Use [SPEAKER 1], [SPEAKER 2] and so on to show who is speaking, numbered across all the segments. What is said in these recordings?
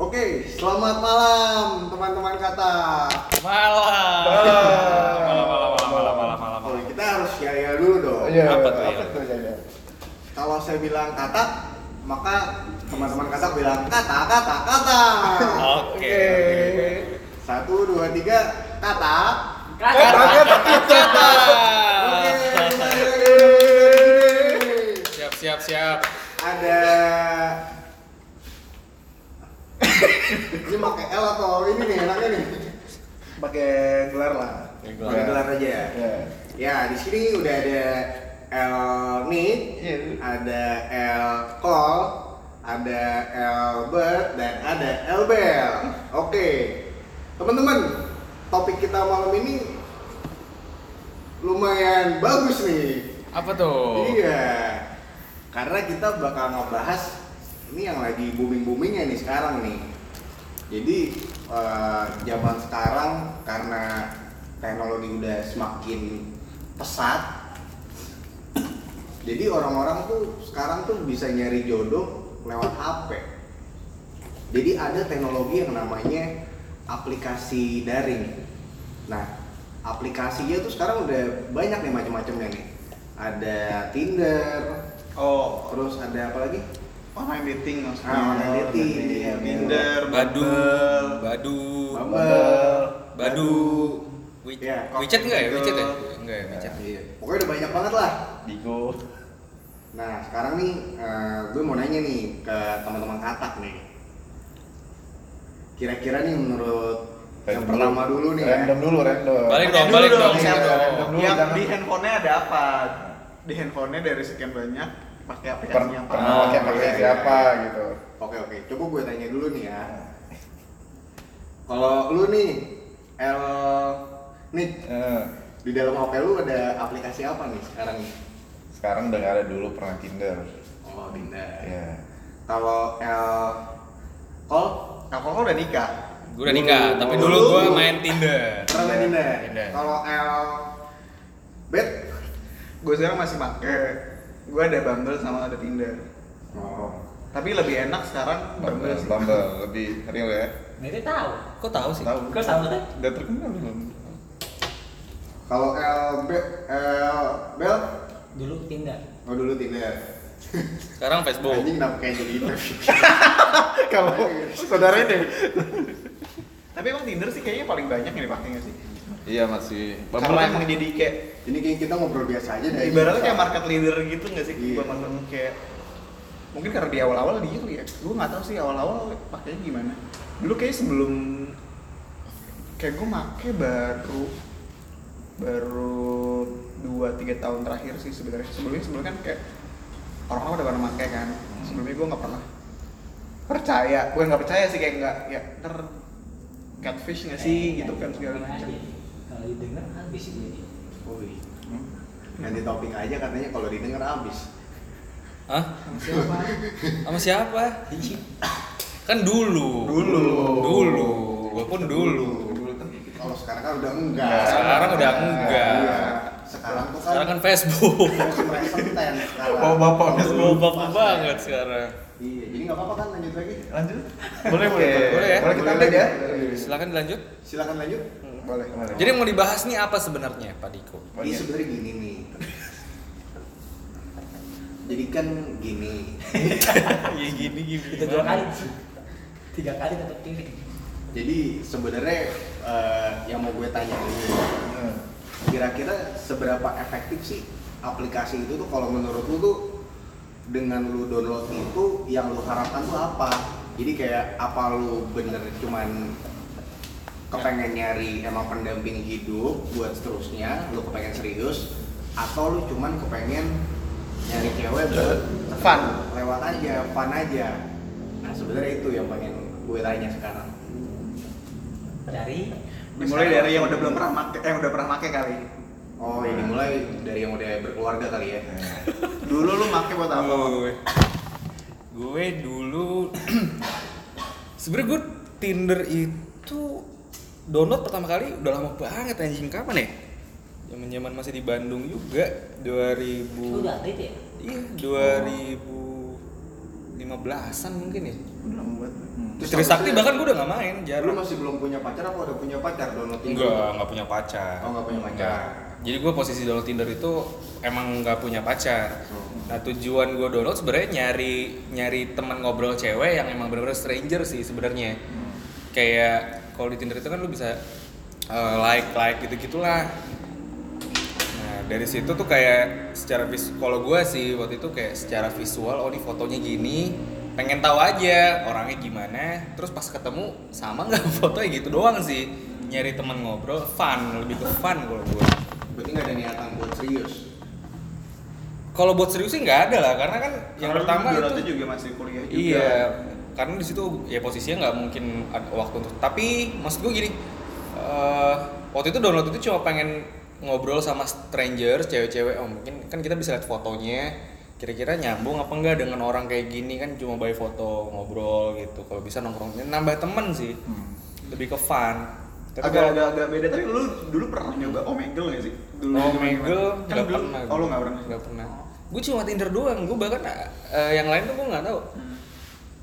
[SPEAKER 1] Oke, selamat malam teman-teman kata.
[SPEAKER 2] Malam.
[SPEAKER 3] Malam.
[SPEAKER 2] Malam, malam, malam, malam, malam, malam,
[SPEAKER 1] Oh,
[SPEAKER 2] malam.
[SPEAKER 1] kita harus yaya dulu dong.
[SPEAKER 3] Iya,
[SPEAKER 2] Apa tuh, ya?
[SPEAKER 3] tuh, ya, ya?
[SPEAKER 1] Kalau saya bilang kata, maka teman-teman kata bilang kata, kata, kata.
[SPEAKER 2] Oke.
[SPEAKER 1] Satu, dua, tiga, kata.
[SPEAKER 3] Kata-kata kita.
[SPEAKER 1] Oke.
[SPEAKER 2] Siap, ya, siap, siap.
[SPEAKER 1] Ada. Ini pakai L atau ini nih enaknya nih? Pakai gelar lah.
[SPEAKER 2] Pakai gelar.
[SPEAKER 1] Pakai gelar aja ya.
[SPEAKER 3] Ya.
[SPEAKER 1] Ya, di sini udah ada L Nick,
[SPEAKER 3] Iya.
[SPEAKER 1] ada L Cole, ada Albert dan ada Elbel. Oke. Teman-teman, topik kita malam ini lumayan bagus nih.
[SPEAKER 2] Apa tuh?
[SPEAKER 1] Iya. Karena kita bakal ngebahas ini yang lagi booming-boomingnya nih sekarang nih. Jadi eh, zaman sekarang karena teknologi udah semakin pesat. Jadi orang-orang tuh sekarang tuh bisa nyari jodoh lewat HP. Jadi ada teknologi yang namanya aplikasi daring. Nah, aplikasinya tuh sekarang udah banyak nih macam-macamnya nih. Ada Tinder,
[SPEAKER 3] Oh,
[SPEAKER 1] terus ada apa lagi?
[SPEAKER 3] online dating maksudnya.
[SPEAKER 1] Ah, online dating, iya,
[SPEAKER 3] Tinder,
[SPEAKER 2] Badu,
[SPEAKER 3] Bumble.
[SPEAKER 2] Badu,
[SPEAKER 1] Bumble.
[SPEAKER 2] Badu. Wi-
[SPEAKER 1] Ya,
[SPEAKER 2] WeChat enggak ya?
[SPEAKER 3] Google.
[SPEAKER 2] WeChat ya? Enggak ya, WeChat.
[SPEAKER 1] Iya. Pokoknya udah banyak banget lah.
[SPEAKER 3] Bigo.
[SPEAKER 1] Nah, sekarang nih eh, gue mau nanya nih ke teman-teman katak nih. Kira-kira nih menurut yang
[SPEAKER 3] Random
[SPEAKER 1] pertama dulu nih ya.
[SPEAKER 3] Random dulu, random. iya,
[SPEAKER 2] Balik dong,
[SPEAKER 4] Dulu
[SPEAKER 2] balik
[SPEAKER 4] dong,
[SPEAKER 2] dong.
[SPEAKER 1] siap.
[SPEAKER 2] balik dong.
[SPEAKER 3] Random dulu,
[SPEAKER 4] yang
[SPEAKER 3] jangan.
[SPEAKER 4] di handphonenya ada apa? Di handphonenya dari sekian banyak pakai
[SPEAKER 3] Per-
[SPEAKER 4] aplikasi yang
[SPEAKER 3] pernah
[SPEAKER 1] Ah,
[SPEAKER 3] pakai
[SPEAKER 1] iya,
[SPEAKER 3] pakai
[SPEAKER 1] iya.
[SPEAKER 3] siapa gitu.
[SPEAKER 1] Oke oke, coba gue tanya dulu nih ya. Kalau lu nih, El nih
[SPEAKER 3] Eh,
[SPEAKER 1] di dalam HP lu ada aplikasi apa nih sekarang?
[SPEAKER 3] sekarang udah nggak ada dulu pernah Tinder.
[SPEAKER 1] Oh, Dinda.
[SPEAKER 3] Ya.
[SPEAKER 1] Kalau El Kol
[SPEAKER 4] Alkohol Nah, udah nikah.
[SPEAKER 2] Gue udah nikah, tapi dulu gue main Tinder.
[SPEAKER 1] Pernah Dinda.
[SPEAKER 2] Dinda.
[SPEAKER 1] ya? Kalau L Bet.
[SPEAKER 4] Gue sekarang masih make. Gue ada Bumble sama ada Tinder.
[SPEAKER 1] Oh.
[SPEAKER 4] Tapi lebih enak sekarang Bumble
[SPEAKER 3] Bumble,
[SPEAKER 4] sih.
[SPEAKER 3] Bumble lebih real ya.
[SPEAKER 5] Nanti tahu.
[SPEAKER 2] Kok tahu Oh, sih?
[SPEAKER 3] Tahu.
[SPEAKER 5] Kok tahu kan?
[SPEAKER 3] Udah terkenal belum?
[SPEAKER 1] Kalau L Bet L Bel
[SPEAKER 5] Dulu Tinder.
[SPEAKER 1] Oh dulu Tinder.
[SPEAKER 2] Sekarang Facebook.
[SPEAKER 1] Anjing kenapa kayak jadi itu?
[SPEAKER 3] Kalau saudara deh.
[SPEAKER 4] Tapi emang Tinder sih kayaknya paling banyak yang dipakai nggak sih?
[SPEAKER 3] Iya masih. Bumble
[SPEAKER 4] Karena
[SPEAKER 3] kan-
[SPEAKER 4] emang jadi kayak
[SPEAKER 1] Ini kayak kita ngobrol biasa aja deh.
[SPEAKER 4] ibaratnya kayak market leader gitu nggak sih?
[SPEAKER 1] Iya.
[SPEAKER 4] Gue masuk kayak mungkin karena di awal-awal dia kali ya. Gue nggak tahu sih awal-awal pakainya gimana. Dulu kayak sebelum kayak gue make baru baru dua tiga tahun terakhir sih sebenarnya sebelumnya sebelumnya kan kayak orang-orang udah pada make kan sebelumnya gue nggak pernah percaya gue nggak percaya sih kayak nggak ya ter catfish nggak sih gitu kan segala macam
[SPEAKER 5] Kalau didengar habis ini.
[SPEAKER 1] Wih. Ganti topik aja katanya kalau didengar habis.
[SPEAKER 2] Hah?
[SPEAKER 5] Siapa?
[SPEAKER 2] Sama siapa? Kan dulu.
[SPEAKER 4] Dulu.
[SPEAKER 2] Dulu. Gue pun dulu.
[SPEAKER 1] Kalau sekarang kan udah enggak.
[SPEAKER 2] Nah, Sekarang udah enggak.
[SPEAKER 1] Iya. Sekarang tuh kan
[SPEAKER 2] Sekarang kan Facebook.
[SPEAKER 1] langsung resenten sekarang.
[SPEAKER 3] Bawa bapak Facebook.
[SPEAKER 2] Bapak banget sekarang.
[SPEAKER 1] Iya, jadi nggak apa-apa kan lanjut lagi.
[SPEAKER 3] Lanjut.
[SPEAKER 4] boleh boleh
[SPEAKER 2] Boleh ya?
[SPEAKER 3] Boleh kita update ya?
[SPEAKER 2] Silakan dilanjut.
[SPEAKER 1] Silakan lanjut.
[SPEAKER 3] Boleh. boleh.
[SPEAKER 2] Jadi yang mau dibahas nih apa sebenarnya Pak Diko?
[SPEAKER 3] Oh,
[SPEAKER 1] Ini
[SPEAKER 3] iya.
[SPEAKER 1] sebenarnya gini nih. Jadi kan gini.
[SPEAKER 2] Ya gini gini.
[SPEAKER 5] Itu dua kali sih. Tiga kali tetap kiri.
[SPEAKER 1] Jadi sebenarnya eh, yang mau gue tanya ini,
[SPEAKER 3] Hmm.
[SPEAKER 1] kira-kira seberapa efektif sih aplikasi itu tuh kalau menurut lu tuh dengan lu download itu yang lu harapkan tuh apa? Jadi kayak apa lu bener cuman kepengen nyari emang pendamping hidup buat seterusnya, lu kepengen serius atau lu cuman kepengen nyari cewek buat
[SPEAKER 4] fun
[SPEAKER 1] lewat aja, fun aja. Nah sebenarnya itu yang pengen gue tanya sekarang.
[SPEAKER 5] Dari
[SPEAKER 4] dimulai dari yang udah belum pernah make eh udah pernah make kali
[SPEAKER 1] Oh, ini mulai dari yang udah berkeluarga kali ya?
[SPEAKER 4] dulu lu make buat apa
[SPEAKER 2] Gue, gue dulu sebenernya gue Tinder itu download pertama kali udah lama banget anjing kapan ya? Zaman zaman masih di Bandung juga 2000.
[SPEAKER 5] Itu udah update ya?
[SPEAKER 2] Iya 2000 15-an mungkin ya.
[SPEAKER 4] Udah lama banget.
[SPEAKER 1] Terus
[SPEAKER 2] Trisakti
[SPEAKER 1] habisnya-
[SPEAKER 2] bahkan gue udah gak main,
[SPEAKER 1] Lu
[SPEAKER 2] jarang.
[SPEAKER 1] masih belum punya pacar apa udah punya pacar download Tinder?
[SPEAKER 2] Enggak, enggak punya pacar.
[SPEAKER 1] Oh, nggak punya pacar.
[SPEAKER 2] Jadi gue posisi download Tinder itu emang nggak punya pacar.
[SPEAKER 1] Hmm.
[SPEAKER 2] Nah tujuan gue download sebenarnya nyari nyari teman ngobrol cewek yang emang bener-bener stranger sih sebenarnya. Kayak kalau di Tinder itu kan lu bisa eh, like like gitu gitulah. Nah dari situ tuh kayak secara vis, kalau gue sih waktu itu kayak secara visual oh di fotonya gini pengen tahu aja orangnya gimana terus pas ketemu sama nggak fotonya gitu doang sih nyari teman ngobrol fun lebih ke fun kalau gue
[SPEAKER 1] Berarti nggak ada niatan buat serius.
[SPEAKER 2] kalau buat serius sih nggak ada lah karena kan yang
[SPEAKER 4] Karena lu
[SPEAKER 2] pertama
[SPEAKER 4] dulu
[SPEAKER 2] itu
[SPEAKER 4] juga masih kuliah juga.
[SPEAKER 2] iya karena di situ ya posisinya nggak mungkin ada waktu untuk tapi maksud gue gini eh, waktu itu download itu cuma pengen ngobrol sama stranger cewek-cewek oh mungkin kan kita bisa lihat fotonya kira-kira nyambung apa enggak dengan orang kayak gini kan cuma by foto ngobrol gitu kalau bisa nongkrongnya nambah temen sih
[SPEAKER 4] Hmm.
[SPEAKER 2] lebih ke fun Tapi kalau-
[SPEAKER 4] Agak-agak beda tapi lu dulu pernah nyoba Omegle nggak sih? Dulu
[SPEAKER 2] Oh,
[SPEAKER 4] zaman-
[SPEAKER 2] Omegle
[SPEAKER 4] kan
[SPEAKER 2] nggak
[SPEAKER 4] dulu,
[SPEAKER 2] pernah.
[SPEAKER 4] Oh, lu nggak pernah.
[SPEAKER 2] Nggak pernah. Gue cuma Tinder doang. Gue bahkan eh, yang lain tuh gue nggak tahu.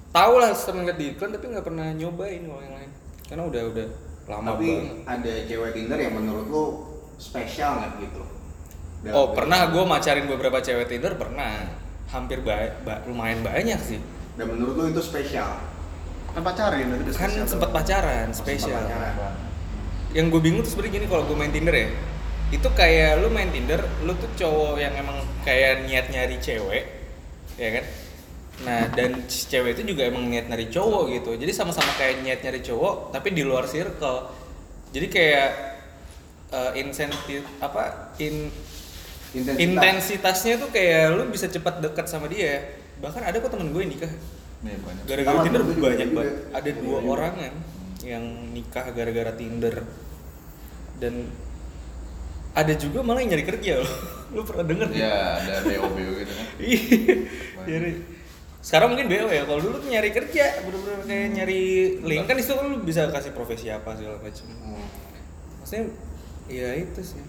[SPEAKER 2] Tahu lah sering liat di iklan tapi nggak pernah nyobain kalau yang lain. Karena udah udah lama
[SPEAKER 1] Tapi
[SPEAKER 2] banget.
[SPEAKER 1] ada cewek Tinder yang menurut lu spesial nggak gitu? Dalam
[SPEAKER 2] Oh
[SPEAKER 1] diri-
[SPEAKER 2] pernah gue macarin beberapa cewek Tinder pernah. Hampir ba- ba- lumayan banyak sih.
[SPEAKER 1] Dan menurut lu itu spesial?
[SPEAKER 4] Kan pacarin berarti udah
[SPEAKER 2] Kan
[SPEAKER 4] spesial dong.
[SPEAKER 2] sempet pacaran, spesial.
[SPEAKER 1] Sempat pacaran.
[SPEAKER 2] yang gue bingung tuh sebenarnya gini kalau gue main Tinder ya itu kayak lu main Tinder lu tuh cowok yang emang kayak niat nyari cewek ya kan nah dan si cewek itu juga emang niat nyari cowok gitu jadi sama-sama kayak niat nyari cowok tapi di luar circle jadi kayak eh, insentif apa in intensitasnya tuh kayak lu bisa cepat dekat sama dia bahkan ada kok temen gue yang nikah
[SPEAKER 3] Nih banyak.
[SPEAKER 2] gara-gara
[SPEAKER 1] Sama
[SPEAKER 2] Tinder
[SPEAKER 1] temen gue juga,
[SPEAKER 2] banyak
[SPEAKER 1] juga.
[SPEAKER 2] banget ada
[SPEAKER 1] Iya,
[SPEAKER 2] dua
[SPEAKER 1] juga.
[SPEAKER 2] orang kan yang nikah gara-gara Tinder dan ada juga malah yang nyari kerja loh lu pernah denger nggak?
[SPEAKER 3] Iya ada BO BO gitu kan.
[SPEAKER 2] Iya. Jadi sekarang mungkin BO ya. Kalau dulu tuh nyari kerja, bener-bener kayak nyari link kan di situ kan lu bisa kasih profesi apa segala macam.
[SPEAKER 1] Hmm.
[SPEAKER 2] Maksudnya ya itu sih.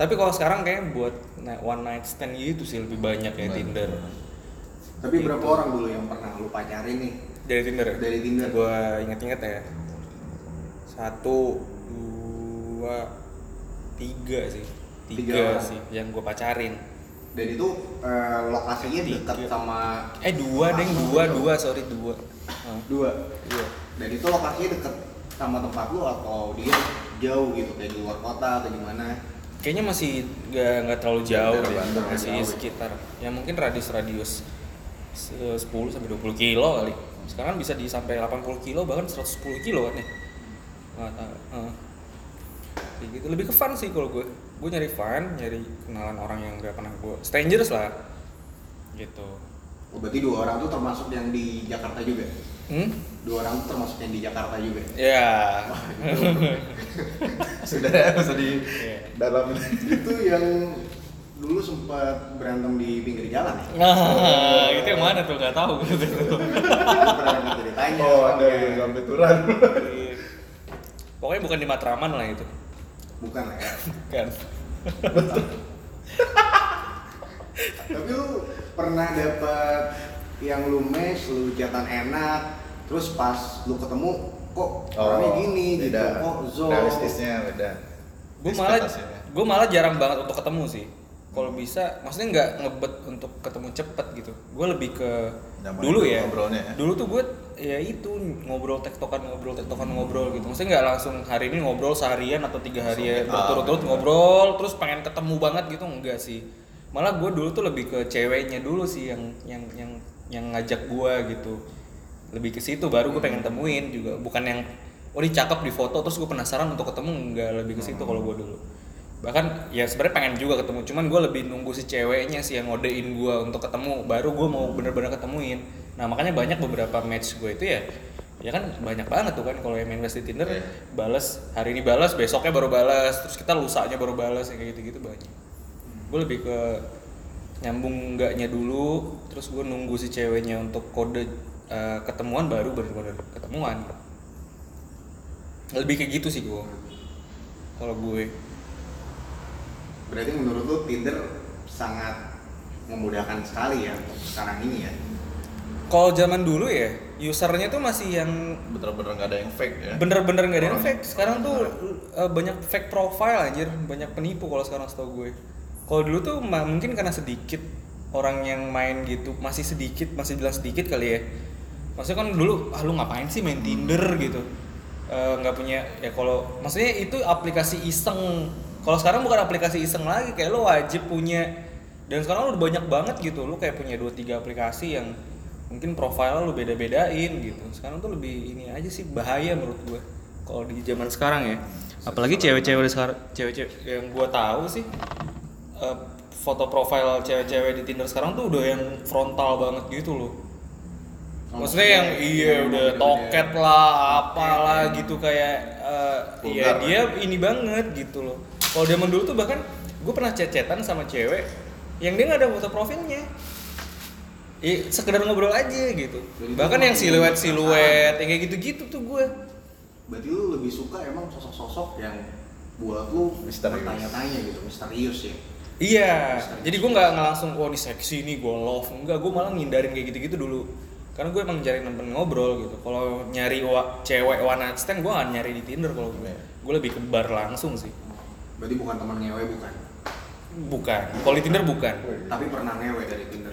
[SPEAKER 2] Tapi kalau sekarang kayak buat na- one night stand gitu sih lebih banyak ya
[SPEAKER 3] Bener.
[SPEAKER 2] Tinder.
[SPEAKER 1] Tapi berapa
[SPEAKER 2] Gitu.
[SPEAKER 1] orang dulu yang pernah lu pacarin nih?
[SPEAKER 2] Dari Tinder. ya?
[SPEAKER 1] Dari Tinder.
[SPEAKER 2] Gua inget-inget ya. Satu, dua, tiga sih. Tiga,
[SPEAKER 1] Tiga orang.
[SPEAKER 2] sih yang gua pacarin.
[SPEAKER 1] Dan itu eh, lokasinya dekat
[SPEAKER 2] Tiga.
[SPEAKER 1] sama
[SPEAKER 2] Eh dua deng,
[SPEAKER 1] Langsung
[SPEAKER 2] dua,
[SPEAKER 1] gitu.
[SPEAKER 2] dua, sorry dua. Hah.
[SPEAKER 1] dua.
[SPEAKER 3] Iya.
[SPEAKER 2] Dua.
[SPEAKER 1] Dan itu lokasinya dekat sama tempat lu atau dia jauh gitu kayak di luar kota atau gimana?
[SPEAKER 2] kayaknya masih nggak nggak terlalu jauh
[SPEAKER 3] Nggak
[SPEAKER 2] ya
[SPEAKER 3] terlalu jauh,
[SPEAKER 2] masih
[SPEAKER 3] nggak jauh.
[SPEAKER 2] sekitar ya mungkin radius radius se- 10 sampai 20 kilo kali sekarang bisa di sampai 80 kilo bahkan 110 kilo kan ya nggak tahu Heeh. Kayak gitu lebih ke fun sih kalau gue gue nyari fun nyari kenalan orang yang nggak pernah gue strangers lah gitu
[SPEAKER 1] Oh, berarti dua orang tuh termasuk yang di Jakarta juga?
[SPEAKER 2] hmm
[SPEAKER 1] Dua orang tuh termasuk yang di Jakarta juga?
[SPEAKER 2] ya
[SPEAKER 3] Sudah bisa di
[SPEAKER 2] Iya.
[SPEAKER 3] dalam.
[SPEAKER 1] itu yang dulu sempat berantem di pinggir jalan ya?
[SPEAKER 3] Oh.
[SPEAKER 2] nah itu yang mana tuh nggak tahu
[SPEAKER 1] pernah ceritanya
[SPEAKER 3] Oh ada sampai turan.
[SPEAKER 2] pokoknya bukan di Matraman lah itu
[SPEAKER 1] bukan lah ya
[SPEAKER 2] kan
[SPEAKER 1] tapi lu pernah dapat yang lu mes lu jatan enak terus pas lu ketemu kok orangnya gini gitu
[SPEAKER 3] Oh, beda.
[SPEAKER 1] kok zo
[SPEAKER 3] Realistisnya beda. ya.
[SPEAKER 2] gue malah
[SPEAKER 3] Ekspektasinya.
[SPEAKER 2] gue malah jarang banget untuk ketemu sih kalau bisa maksudnya nggak ngebet untuk ketemu cepet gitu gue lebih ke
[SPEAKER 3] Nyaman
[SPEAKER 2] dulu
[SPEAKER 3] dulu
[SPEAKER 2] ya
[SPEAKER 3] ngobrolnya ya.
[SPEAKER 2] dulu tuh gue ya itu ngobrol tektokan ngobrol tektokan ngobrol gitu maksudnya nggak langsung hari ini ngobrol seharian atau tiga hari ya
[SPEAKER 3] Langsung, ah,
[SPEAKER 2] berturut-turut
[SPEAKER 3] bener.
[SPEAKER 2] ngobrol terus pengen ketemu banget gitu enggak sih malah gue dulu tuh lebih ke ceweknya dulu sih yang yang yang yang ngajak gue gitu lebih ke situ baru gue
[SPEAKER 3] Hmm.
[SPEAKER 2] pengen temuin juga bukan yang oh ini cakep di foto terus gue penasaran untuk ketemu enggak lebih ke situ
[SPEAKER 3] Hmm.
[SPEAKER 2] kalau gue dulu bahkan ya sebenarnya pengen juga ketemu cuman gue lebih nunggu si ceweknya sih yang ngodein gue untuk ketemu baru gue mau bener-bener ketemuin nah makanya banyak beberapa match gue itu ya ya kan banyak banget tuh kan kalau yang main di Tinder
[SPEAKER 3] Iya.
[SPEAKER 2] balas hari ini balas besoknya baru balas terus kita lusanya baru balas yang kayak gitu-gitu banyak gue lebih ke nyambung enggaknya dulu terus gue nunggu si ceweknya untuk kode eh, ketemuan baru bener-bener ketemuan lebih kayak gitu sih gue kalau gue
[SPEAKER 1] berarti menurut lu Tinder sangat memudahkan sekali ya untuk sekarang ini ya
[SPEAKER 2] Kalau zaman dulu ya, usernya tuh masih yang
[SPEAKER 3] bener-bener nggak ada yang fake ya
[SPEAKER 2] bener-bener nggak ada yang
[SPEAKER 3] Orang-
[SPEAKER 2] fake. Sekarang tuh eh, banyak fake profile anjir, banyak penipu kalau sekarang setahu gue. Kalau dulu tuh ma- mungkin karena sedikit orang yang main gitu, masih sedikit, masih jelas sedikit kali ya. Maksudnya kan dulu, ah lu ngapain sih main Tinder gitu? Eh, nggak punya ya kalau maksudnya itu aplikasi iseng. Kalau sekarang bukan aplikasi iseng lagi, kayak lo wajib punya dan sekarang udah banyak banget gitu lu kayak punya dua tiga aplikasi yang mungkin profile lu beda bedain gitu sekarang tuh lebih ini aja sih bahaya menurut gua kalau di zaman sekarang ya apalagi cewek-cewek di sekarang cewek-cewek yang gua tahu sih eh, foto profile cewek-cewek di Tinder sekarang tuh udah yang frontal banget gitu loh maksudnya yang iya udah toket lah apalah gitu kayak eh,
[SPEAKER 1] ya.
[SPEAKER 2] iya
[SPEAKER 3] Vulgar
[SPEAKER 2] dia ini banget gitu loh kalau zaman dulu tuh bahkan gue pernah cecetan sama cewek yang dia nggak ada foto profilnya I, sekedar ngobrol aja gitu
[SPEAKER 1] Jadi
[SPEAKER 2] bahkan
[SPEAKER 1] dia
[SPEAKER 2] yang
[SPEAKER 1] mau
[SPEAKER 2] siluet siluet yang kayak gitu gitu tuh gue
[SPEAKER 1] Berarti lu lebih suka emang sosok-sosok yang buat lu
[SPEAKER 3] Misterius.
[SPEAKER 1] bertanya-tanya gitu, misterius ya.
[SPEAKER 2] iya jadi gue nggak nggak langsung oh ini seksi nih gue love enggak gue malah ngindarin kayak gitu gitu dulu karena gue emang cari temen ngobrol gitu kalau nyari wa- cewek one night stand gue nggak nyari di tinder kalau gue gue lebih ke bar langsung sih
[SPEAKER 1] Berarti bukan teman ngewe bukan,
[SPEAKER 2] bukan kalau di tinder bukan
[SPEAKER 3] Nah,
[SPEAKER 1] tapi pernah ngewe dari Tinder.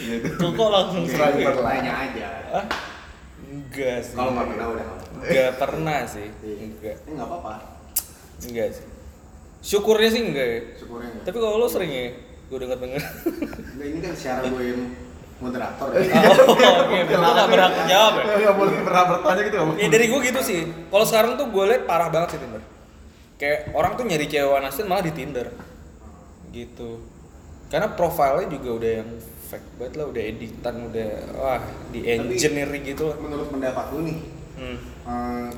[SPEAKER 3] iya
[SPEAKER 2] kok kok langsung serang
[SPEAKER 1] Jadi
[SPEAKER 2] gitu?
[SPEAKER 1] bertanya aja.
[SPEAKER 2] Hah? enggak sih
[SPEAKER 1] Kalau nggak pernah udah.
[SPEAKER 2] Enggak pernah sih.
[SPEAKER 1] Iya.
[SPEAKER 2] Enggak.
[SPEAKER 1] Eh nggak apa-apa.
[SPEAKER 2] Enggak sih. Syukurnya sih enggak ya.
[SPEAKER 1] Syukurnya enggak.
[SPEAKER 2] Tapi kalau lo sering ya, gue denger denger.
[SPEAKER 1] Nggak, ini kan secara gue yang moderator.
[SPEAKER 2] oh, oke, gue gak berhak jawab ya.
[SPEAKER 3] nggak Iya, boleh pernah bertanya gitu
[SPEAKER 2] Ya dari gue gitu sih. Kalau sekarang tuh gue liat parah banget sih Tinder. Kayak orang tuh nyari cewek wanasin malah di Tinder. Gitu. Karena profilnya juga udah yang fake banget lah, udah editan, udah wah di engineering gitu lah.
[SPEAKER 1] Menurut pendapat lu nih,
[SPEAKER 2] Hmm.
[SPEAKER 1] eh,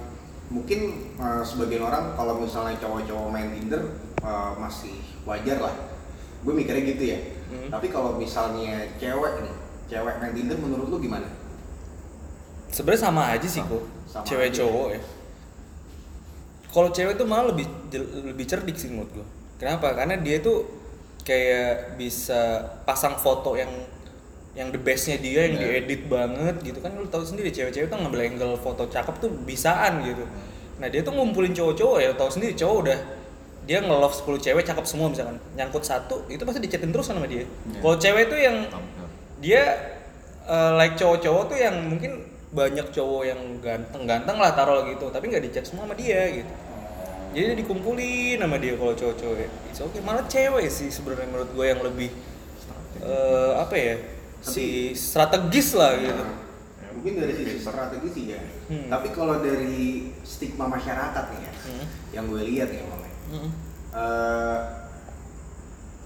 [SPEAKER 1] mungkin eh, sebagian orang kalau misalnya cowok-cowok main Tinder eh, masih wajar lah. Gue mikirnya gitu ya.
[SPEAKER 2] Hmm.
[SPEAKER 1] Tapi kalau misalnya cewek nih, cewek main Tinder menurut lu gimana?
[SPEAKER 2] Sebenarnya sama aja sih kok.
[SPEAKER 1] Sama
[SPEAKER 2] Cewek
[SPEAKER 1] aja.
[SPEAKER 2] cowok ya. Kalau cewek tuh malah lebih jel- lebih cerdik sih menurut gua. Kenapa? Karena dia tuh kayak bisa pasang foto yang yang the bestnya dia yang
[SPEAKER 3] Iya.
[SPEAKER 2] diedit banget gitu kan lu tahu sendiri cewek-cewek tuh ngambil angle foto cakep tuh bisaan gitu. Nah dia tuh ngumpulin cowok-cowok ya tahu sendiri cowok udah dia nge-love 10 cewek cakep semua misalkan nyangkut satu itu pasti dicetin terus kan sama dia.
[SPEAKER 3] Iya.
[SPEAKER 2] Kalau cewek tuh yang dia eh, like cowok-cowok tuh yang mungkin banyak cowok yang ganteng-ganteng lah taruh gitu tapi nggak dicat semua sama dia gitu jadi dia dikumpulin sama dia kalau cowok-cowok ya. It's okay. malah cewek sih sebenarnya menurut gue yang lebih eh, apa ya si strategis lah gitu
[SPEAKER 1] Nah, mungkin dari sisi strategi sih ya.
[SPEAKER 2] Hmm.
[SPEAKER 1] Tapi kalau dari stigma masyarakat nih ya,
[SPEAKER 2] Hmm.
[SPEAKER 1] yang gue lihat ya, Bang, ya.
[SPEAKER 2] Mm.
[SPEAKER 1] Eh,